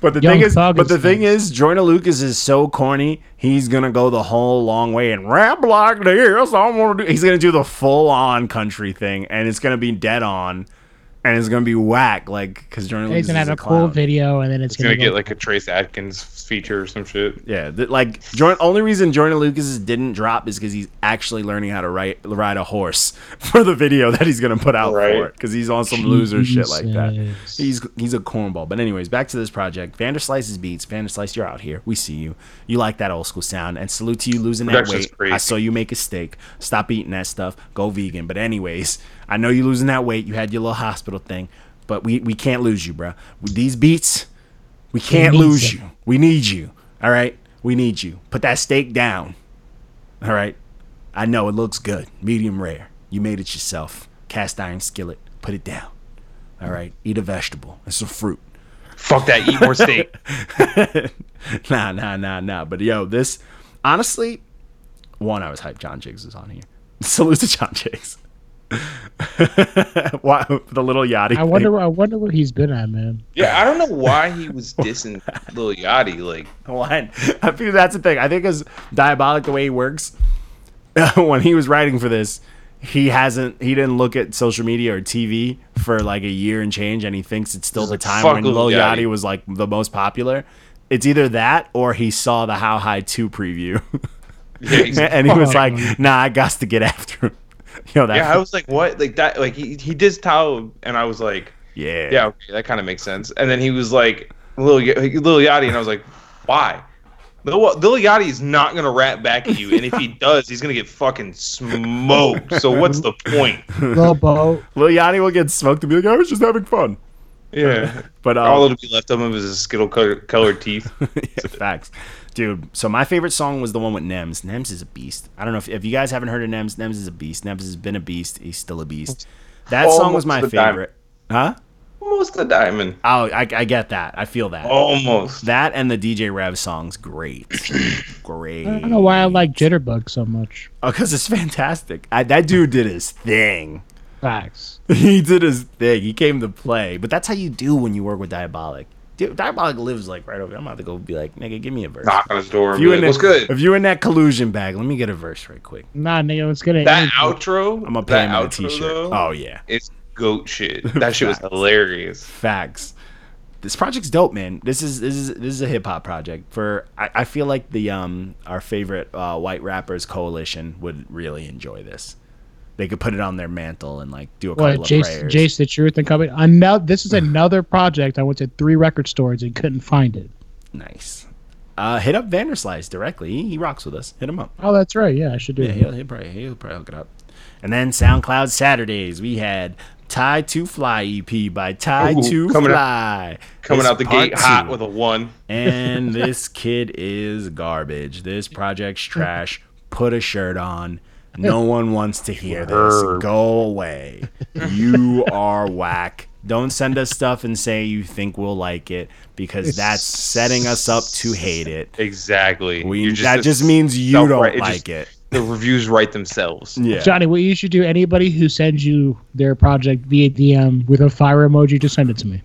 S2: But the
S4: Young
S2: thing is,
S4: Thug
S2: but
S4: is
S2: the thing
S4: nice.
S2: is, Jordan Lucas is so corny. He's gonna go the whole long way and rap like this. I want to do. He's gonna do the full on country thing, and it's gonna be dead on. and it's gonna be whack, like because Jordan Lucas
S4: He's gonna
S2: is
S4: have
S2: a,
S4: a cool
S2: clown.
S4: video, and then it's,
S3: It's gonna get like a Trace Atkins feature or some shit.
S2: Yeah, th- like Jordan. Only reason Jordan Lucas didn't drop is because he's actually learning how to ride ride a horse [LAUGHS] for the video that he's gonna put out
S3: Right.
S2: for it because he's on some loser shit like that.
S4: Jesus.
S2: He's he's a cornball. But anyways, back to this project. Vanderslice's beats. Vanderslice, you're out here. We see you. You like that old school sound. And salute to you losing that
S3: Production's
S2: weight.
S3: crazy.
S2: I saw you make a steak. Stop eating that stuff. Go vegan. But anyways, I know you losing that weight. You had your little hospital thing, but we we can't lose you, bruh. With these beats, we can't
S4: need
S2: lose
S4: you.
S2: you. We need you. All right? We need you. Put that steak down. All right? I know it looks good. Medium rare. You made it yourself. Cast iron skillet. Put it down. All right? Eat a vegetable. It's a fruit. [LAUGHS]
S3: Fuck that. Eat more steak.
S2: nah, nah, nah, nah. But yo, this honestly, one, I was hyped John Jiggs was on here. [LAUGHS] Salute to John Jiggs. [LAUGHS] Why the little yachty?
S4: I wonder. I wonder what he's been
S2: [LAUGHS]
S4: at, man.
S3: Yeah, I don't know why he was dissing Lil Yachty. Like, [LAUGHS]
S2: [LAUGHS] one. I think that's the thing. I think as diabolic the way he works, [LAUGHS] when he was writing for this, he hasn't. He didn't look at social media or TV for like a year and change, and he thinks it's still the
S3: like,
S2: time
S3: "Fuck
S2: when Lil
S3: Lil
S2: Yachty.
S3: Yachty."
S2: was like the most popular. It's either that or he saw the How High Two preview, [LAUGHS]
S3: yeah, he's-
S2: and he was
S4: Fuck.
S2: like, "Nah, I got to get after him." [LAUGHS] You know that?
S3: yeah, I was like, what? Like that? Like he he dissed Tao, and I was like,
S2: [LAUGHS] yeah.
S3: yeah, okay, that kind of makes sense. And then he was like, Lil, Y- Lil Yachty, and I was like, why? Lil, Lil Yachty is not gonna rap back at you, and if
S2: [LAUGHS]
S3: he does, he's gonna get fucking smoked. So what's the
S2: [LAUGHS]
S3: point?
S4: Lil Bo,
S2: Lil Yachty will get smoked and be like, "I was just having fun."
S3: Yeah,
S2: But um,
S3: all that'll be left of him is his skittle color, colored teeth.
S2: yeah, facts, dude. So my favorite song was the one with Nems. Nems is a beast. I don't know if, if you guys haven't heard of Nems. Nems is a beast. Nems has been a beast. He's still a beast. That song was
S3: Almost
S2: my
S3: the diamond.
S2: favorite. Huh?
S3: Almost a diamond.
S2: Oh, I, I get that. I feel that.
S3: Almost.
S2: That and the DJ Rev songs,
S3: [CLEARS THROAT]
S2: great, great.
S4: I don't know why I like Jitterbug so much.
S2: because it's fantastic. I, that dude did his thing. [LAUGHS]
S4: Facts.
S2: he did his thing. He came to play. But that's how you do when you work with Diabolic. Dude, Diabolic lives like right over. I'm about to go be like, nigga, give me a verse.
S3: Knock on his door.
S2: If
S3: And
S2: you
S3: be
S2: in
S3: like,
S2: that,
S3: What's good?
S2: If you in that collusion bag, let me get a verse right quick.
S4: Nah, nigga, it's gonna.
S3: That
S4: end.
S3: outro.
S2: I'm gonna pay
S3: that
S2: him in a t-shirt.
S3: oh.
S2: oh yeah,
S3: It's
S2: [LAUGHS]
S3: goat shit. That shit was
S2: Facts.
S3: hilarious.
S2: facts. This project's dope, man. This is this is this is a hip hop project for. I, I feel like the um our favorite uh, white rappers coalition would really enjoy this. They could put it on their mantle and like do a couple
S4: What
S2: of
S4: Jace,
S2: prayers.
S4: Jace the Truth and Company? Another.
S3: [SIGHS]
S4: This is another project. I went to three record stores and couldn't find it.
S2: Nice. Uh, hit up Vanderslice directly. He, he rocks with us. Hit him up.
S4: Oh, that's right. Yeah, I should do.
S2: Yeah,
S4: that.
S2: he'll, he'll probably he'll probably hook it up. And then SoundCloud Saturdays, we had Tie to Fly EP by Tie
S3: Ooh,
S2: to
S3: coming out-
S2: Fly.
S3: Coming
S2: It's
S3: out the
S2: part
S3: gate hot
S2: two.
S3: with a [LAUGHS] one.
S2: and this kid is garbage. This project's trash. Put a shirt on.
S3: [LAUGHS]
S2: No one wants to hear this. Go away. You are whack. Don't send us stuff and say you think we'll like it because that's setting us up to hate it.
S3: Exactly.
S2: We,
S3: You're
S2: that
S3: a
S2: just means you
S3: self-right-
S2: don't
S3: it
S2: like
S3: just-
S2: it.
S3: The reviews write themselves.
S2: Yeah.
S4: Johnny, what you should do? Anybody who sends you their project via DM with a fire emoji, just send it to me.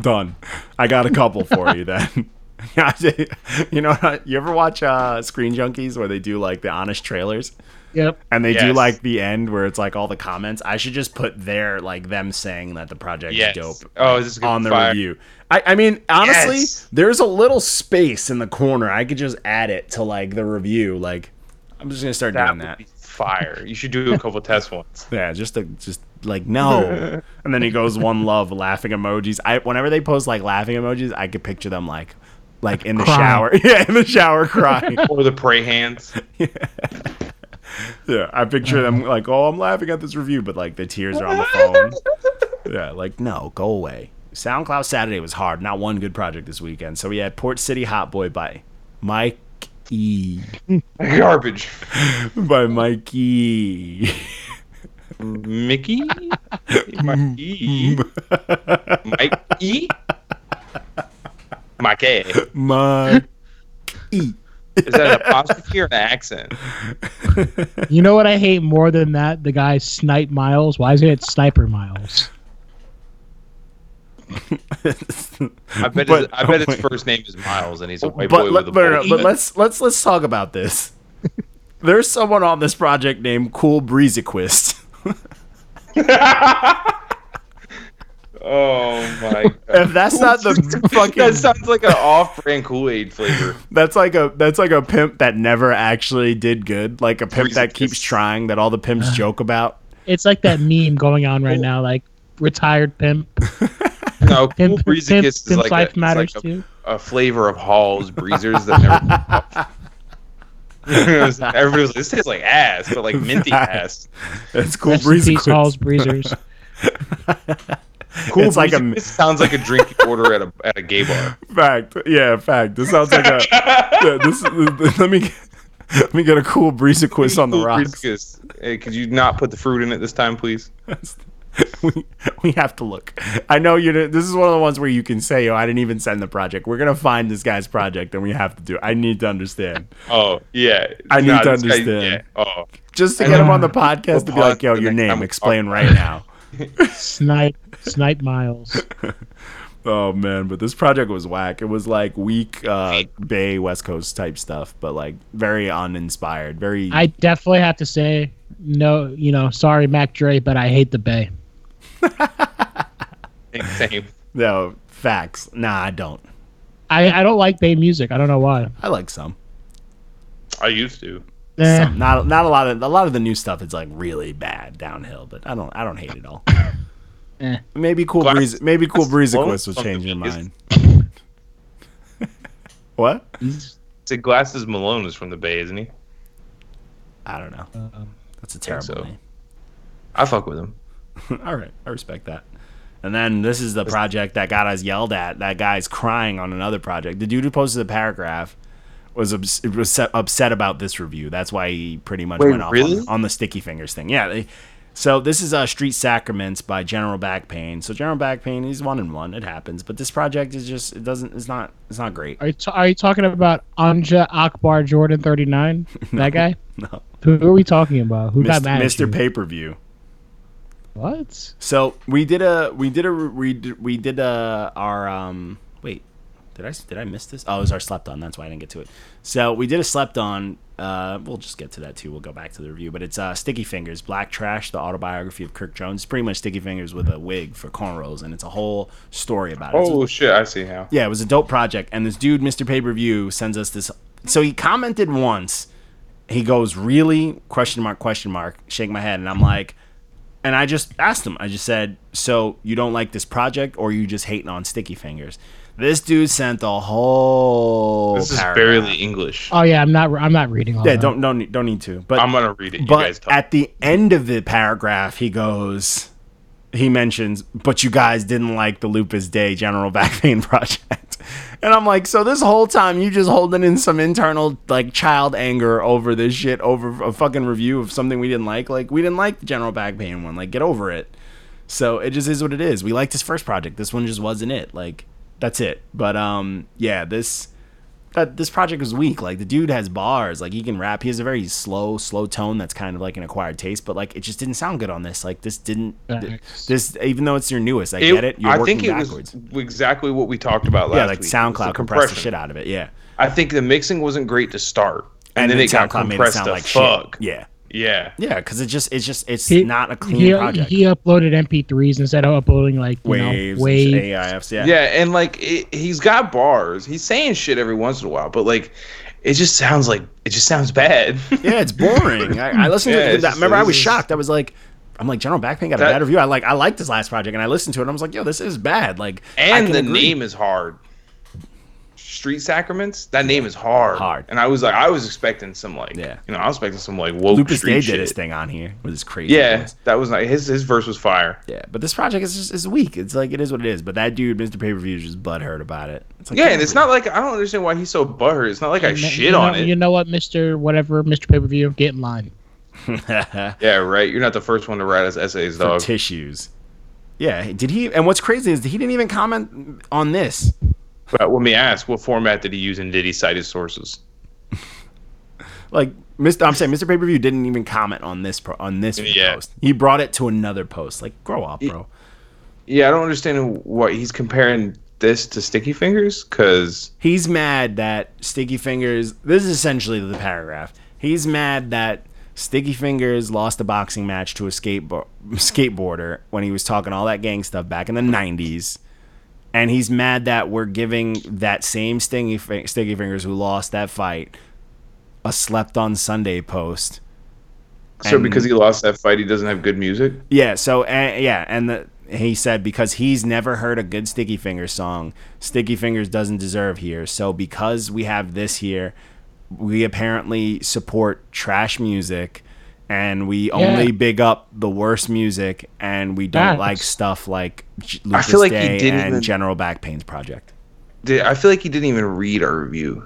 S2: done. I got a couple for you then. [LAUGHS] Yeah, I- you know, you ever watch uh, Screen Junkies where they do like the honest trailers
S4: Yep.
S2: and they do
S3: Yes.
S2: like the end where it's like all the comments? I should just put their like them saying that the project's
S3: Yes.
S2: dope
S3: Oh, this is gonna
S2: on
S3: be
S2: the
S3: fire.
S2: review. I, I mean, honestly,
S3: Yes.
S2: there's a little space in the corner. I could just add it to like the review. Like, I'm just gonna start
S3: That
S2: doing
S3: would
S2: that.
S3: be fire. You should do a
S2: [LAUGHS]
S3: couple test ones.
S2: Yeah, just to, just like no. and then he goes one love laughing emojis. I whenever they post like laughing emojis, I could picture them like like in the
S4: Crying.
S2: shower. [LAUGHS] Yeah, in the shower crying.
S3: Or the
S2: [LAUGHS]
S3: pray hands.
S2: yeah, I picture them like, "Oh, I'm laughing at this review," but like the tears are on the phone. yeah, like no, go away. SoundCloud Saturday was hard. Not one good project this weekend. So we had Port City Hot Boy by Mike E.
S3: Garbage.
S2: By Mike E. [LAUGHS]
S3: Mickey?
S2: Mm-hmm.
S3: Mike E. Mike E. Mike A.
S2: Mike E.
S3: Is that an apostrophe or an accent?
S4: You know what I hate more than that? The guy Snipe Miles. Why isn't it Sniper Miles?
S3: I bet,
S2: But- oh
S3: his, I bet his first name is Miles, and he's a white
S2: but,
S3: boy
S2: let,
S3: with a
S2: but, no,
S3: bowl.
S2: but let's let's let's talk about
S4: [LAUGHS]
S2: this. There's someone on this project named Cool Breezequist.
S3: Oh
S2: [LAUGHS]
S3: my god.
S2: [LAUGHS] If that's not the fucking
S3: [LAUGHS] that sounds like an off-brand Kool-Aid flavor.
S2: That's like a that's like a pimp that never actually did good. Like a pimp that keeps trying that all the
S4: [SIGHS]
S2: pimps joke about.
S4: It's like that meme going on right now, like retired pimp.
S3: No, cool
S4: Pimp, pimp,
S3: breezy kiss is
S4: pimp's
S3: like, a,
S4: life
S3: it's
S4: matters
S3: like
S4: too.
S3: a, a flavor of Hall's breezers that never. [LAUGHS] Everybody was like, this tastes like ass, but like minty ass.
S2: That's cool.
S4: Rest in
S2: Breezy
S4: peace,
S2: Quiz. [LAUGHS]
S4: Hall's breezers.
S2: it's like a
S3: Breezy Kiss sounds like a drink you order at a at a
S2: [LAUGHS]
S3: gay bar.
S2: fact. Yeah, fact. This sounds
S4: [LAUGHS]
S2: like a. yeah, this, is- let me [LAUGHS] get- let me get a cool breezy quiz on the
S3: Cool Breezy
S2: rocks.
S3: Kiss. Hey, could you not put the fruit in it this time, please?
S2: [LAUGHS] we, we have to look. I know you. didn't- This is one of the ones where you can say, "Oh, I didn't even send the project." We're gonna find this guy's project, and we have to do. It. I need to understand
S3: Oh yeah,
S2: I need to
S3: this guy-
S2: understand.
S3: yeah. Oh,
S2: just to
S3: And
S2: get
S3: then-
S2: him on the podcast to be like, "Yo,
S3: The
S2: your
S3: next time
S2: name.
S3: we
S2: Explain
S3: talk.
S2: right now." [LAUGHS]
S4: Snipe, snipe miles.
S2: Oh man, but this project was whack. It was like weak uh, Bay West Coast type stuff, but like very uninspired. Very
S4: I definitely have to say, no, you know, sorry, Mac Dre, but I hate the Bay.
S3: same.
S2: no facts. Nah, I don't.
S4: I, I don't like Bay music. I don't know why.
S2: I like some.
S3: I used to.
S4: Eh,
S2: some. Not not a lot of a lot of the new stuff is like really bad downhill, but I don't I don't hate it all.
S4: Eh.
S2: Maybe cool
S3: Glass-
S2: breeze. Maybe cool
S3: Glass
S2: breeze
S3: Blowing
S2: quest will
S3: from the
S2: change your
S3: biggest-
S2: mind. [LAUGHS] what?
S3: Say glasses Malone is from the Bay, isn't he?
S2: I don't know. That's a terrible
S3: so.
S2: name.
S3: I fuck with him.
S2: All right, I respect that. And then this is the project that got us yelled at. That guy's crying on another project. The dude who posted the paragraph was obs- was se- upset about this review. That's why he pretty much
S3: Wait,
S2: went off
S3: really?
S2: on, on the sticky fingers thing. Yeah. They, so this is uh, Street Sacraments by General Back Pain. So General Back Pain, he's one and one. It happens. But this project is just it doesn't it's not it's not great.
S4: Are you, t- are you talking about Anja Akbar Jordan 39? That guy?
S2: [LAUGHS] No.
S4: Who are we talking about? Who got mad at you?
S2: Mr. Pay Per View.
S4: What?
S2: So we did a we did a we did, we did a our um wait did I did I miss this? Oh, it was our slept on. That's why I didn't get to it. So we did a slept on. Uh, we'll just get to that too. We'll go back to the review, but it's uh, Sticky Fingers, Black Trash, the autobiography of Kirk Jones. It's pretty much Sticky Fingers with a wig for cornrows, and it's a whole story about it. It's a-
S3: Oh shit, I see how.
S2: yeah, it was a dope project. And this dude, Mr. Pay Per View, sends us this. So he commented once. He goes, "Really?" Question mark? Question mark? Shake my head, and I'm like, and I just asked him. I just said, "So you don't like this project, or you just hating on Sticky Fingers?" This dude sent the whole.
S3: This is
S2: paragraph.
S3: barely English.
S4: Oh yeah, I'm not. re- I'm not reading all
S2: Yeah,
S4: that.
S2: don't don't need- don't need to. But
S3: I'm gonna read it. You
S2: but
S3: guys talk.
S2: at the end of the paragraph, he goes, he mentions, but you guys didn't like the Lupus Day General [LAUGHS] Back Pain Project. And I'm like, so this whole time you just holding in some internal like child anger over this shit, over a fucking review of something we didn't like. Like we didn't like the General Back Pain one. Like get over it. So it just is what it is. We liked his first project. This one just wasn't it. Like that's it. But um, yeah, this that this project was weak. Like the dude has bars. Like he can rap. He has a very slow, slow tone that's kind of like an acquired taste. But like it just didn't sound good on this. Like this didn't. th-
S4: Facts.
S2: This even though it's your newest, I get it. You're
S3: I
S2: working
S3: think it
S2: backwards.
S3: was exactly what we talked about last
S2: yeah, like
S3: week. It was
S2: SoundCloud
S3: the
S2: compressed the
S3: compression.
S2: shit out of it. Yeah,
S3: I think the mixing wasn't great to start, and, then, it got
S2: SoundCloud
S3: compressed to fuck.
S2: shit. Yeah,
S3: Yeah.
S2: yeah, because it just it's just it's
S4: He-
S2: not a clean
S4: he,
S2: project.
S4: He uploaded MP3s instead of uploading like you
S2: waves,
S4: know,
S2: and shit,
S4: waves.
S2: AIFs. Yeah,
S3: yeah, and like it, he's got bars. He's saying shit every once in a while, but like it just sounds like it just sounds bad. [LAUGHS]
S2: Yeah, it's boring. I, I listened
S3: Yeah,
S2: to it.
S3: it's just-
S2: remember, I
S3: this
S2: was
S3: is-
S2: shocked. I was like, I'm like, General Backpain got a
S3: That-
S2: bad review. I like, I liked this last project, and I listened to it. and I was like, yo, this is bad. Like, I
S3: and
S2: can
S3: the
S2: agree.
S3: name is hard. Street Sacraments. That name is hard.
S2: Hard.
S3: And I was like, I was expecting some like,
S2: Yeah.
S3: you know, I was expecting some like woke
S2: Lupus
S3: street
S2: Day
S3: shit.
S2: did his thing on here with his crazy.
S3: Yeah,
S2: voice.
S3: that was like his his verse was fire.
S2: yeah. But this project is just is weak. It's like it is what it is. But that dude, Mr. Pay Per View, is just butthurt about it. It's like,
S3: Yeah, and it's not like I don't understand why he's so butthurt. It's not like I
S4: You know-
S3: shit
S4: you know,
S3: on it.
S4: You know what, Mister Whatever, Mister Pay Per View, get in line.
S2: [LAUGHS]
S3: yeah, right. You're not the first one to write us essays,
S2: for
S3: dog.
S2: tissues. Yeah, did he? And what's crazy is he didn't even comment on this.
S3: but let me ask, what format did he use and did he cite his sources?
S2: Like, Mr. I'm saying, Mr. Pay Per View didn't even comment on this pro, on this
S3: Yeah.
S2: post. He brought it to another post. Like, grow up, bro.
S3: Yeah, I don't understand what he's comparing this to Sticky Fingers because
S2: He's mad that Sticky Fingers. This is essentially the paragraph. He's mad that Sticky Fingers lost a boxing match to a skateboard skateboarder when he was talking all that gang stuff back in the '90s, and he's mad that we're giving that same Stingy Fi- Sticky Fingers who lost that fight a slept on Sunday post.
S3: So
S2: And-
S3: because he lost that fight, he doesn't have good music.
S2: Yeah. So uh, yeah, and the, he said because he's never heard a good Sticky Fingers song, Sticky Fingers doesn't deserve here. So because we have this here, we apparently support trash music, and we only big up the worst music, and we don't
S4: Facts.
S2: like stuff like J-
S3: I
S2: Lucas
S3: feel like he
S2: Day
S3: didn't
S2: and
S3: even-
S2: General Back Pains Project.
S3: Did, I feel like he didn't even read our review.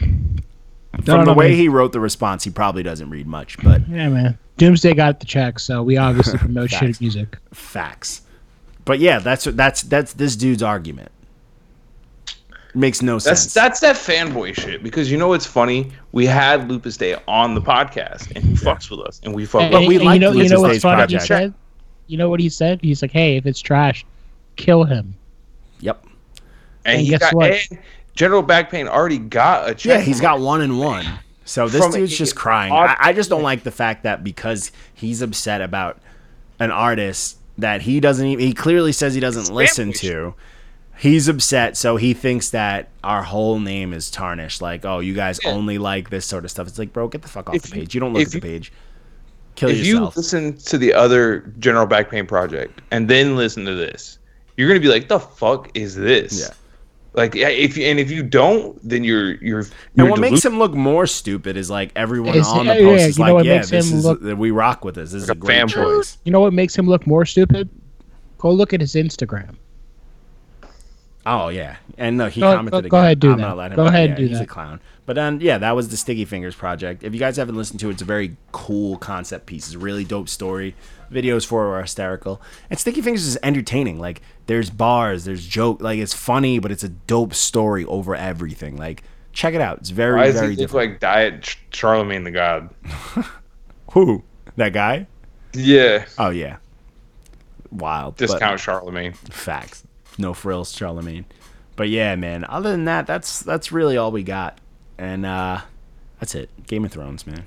S2: From the
S4: know,
S2: way
S4: man.
S2: he wrote the response, he probably doesn't read much, but
S4: Yeah, man. Doomsday got the check, so
S2: [LAUGHS]
S4: we obviously promote
S2: Facts.
S4: shit music.
S2: facts. But yeah, that's that's that's this dude's argument. Makes no
S3: That's
S2: sense.
S3: that's that fanboy shit. Because you know what's funny? We had Lupus Day on the podcast, and he fucks with us, and we fuck.
S4: And-
S3: with
S2: But we
S4: and
S2: liked
S4: you know, you
S2: Lisa's
S4: know what's
S2: Days
S4: funny? He
S2: project.
S4: said, you know what he said? He's like, "Hey, if it's trash, kill him."
S2: yep.
S3: And,
S4: And
S3: he
S4: guess
S3: got
S4: what?
S3: and General Back Pain already got a check.
S2: Yeah, he's got one and one. So this
S3: From
S2: dude's
S3: a-
S2: just crying. I, I just don't like the fact that because he's upset about an artist that he doesn't even, he clearly says he doesn't listen to. He's upset, so he thinks that our whole name is tarnished. Like, oh, you guys only like this sort of stuff. It's like, bro, get the fuck off
S3: If
S2: the
S3: you-
S2: page. You don't look
S3: if
S2: at the
S3: you-
S2: page. Kill
S3: If you
S2: yourself.
S3: listen to the other General Back Pain project and then listen to this, you're gonna be like, "The fuck is this?"
S2: Yeah.
S3: Like, yeah, if you and if you don't, then you're you're. you're
S2: and what makes
S3: delusional.
S2: him look more stupid is like everyone
S4: It's-
S2: on the
S4: yeah,
S2: post
S4: yeah,
S2: is
S4: you know
S2: like,
S4: what
S2: yeah,
S4: makes
S2: this
S4: him
S2: is
S4: look-
S2: we rock with this. This is a
S3: Like a
S2: great
S3: fanboy.
S2: choice.
S4: You know what makes him look more stupid? Go look at his Instagram.
S2: Oh yeah, and no, he
S4: Go-
S2: commented
S4: go- go
S2: again.
S4: ahead, do
S2: I'm
S4: that.
S2: not letting him.
S4: Go
S2: but
S4: ahead,
S2: yeah,
S4: do
S2: he's a
S4: that.
S2: clown. But um, yeah, that was the Sticky Fingers project. If you guys haven't listened to it, it's a very cool concept piece. It's a really dope story. Videos for it are hysterical, and Sticky Fingers is entertaining. Like there's bars, there's joke, like it's funny, but it's a dope story over everything. Like check it out. It's very
S3: Why does he
S2: very
S3: look
S2: different.
S3: like Diet Ch- Charlemagne the God?
S2: Who that guy?
S3: Yeah,
S2: Oh yeah, wild. but-
S3: discount Charlemagne.
S2: Facts. No frills, Charlemagne. But yeah, man. Other than that, that's that's really all we got. And uh that's it. Game of Thrones, man.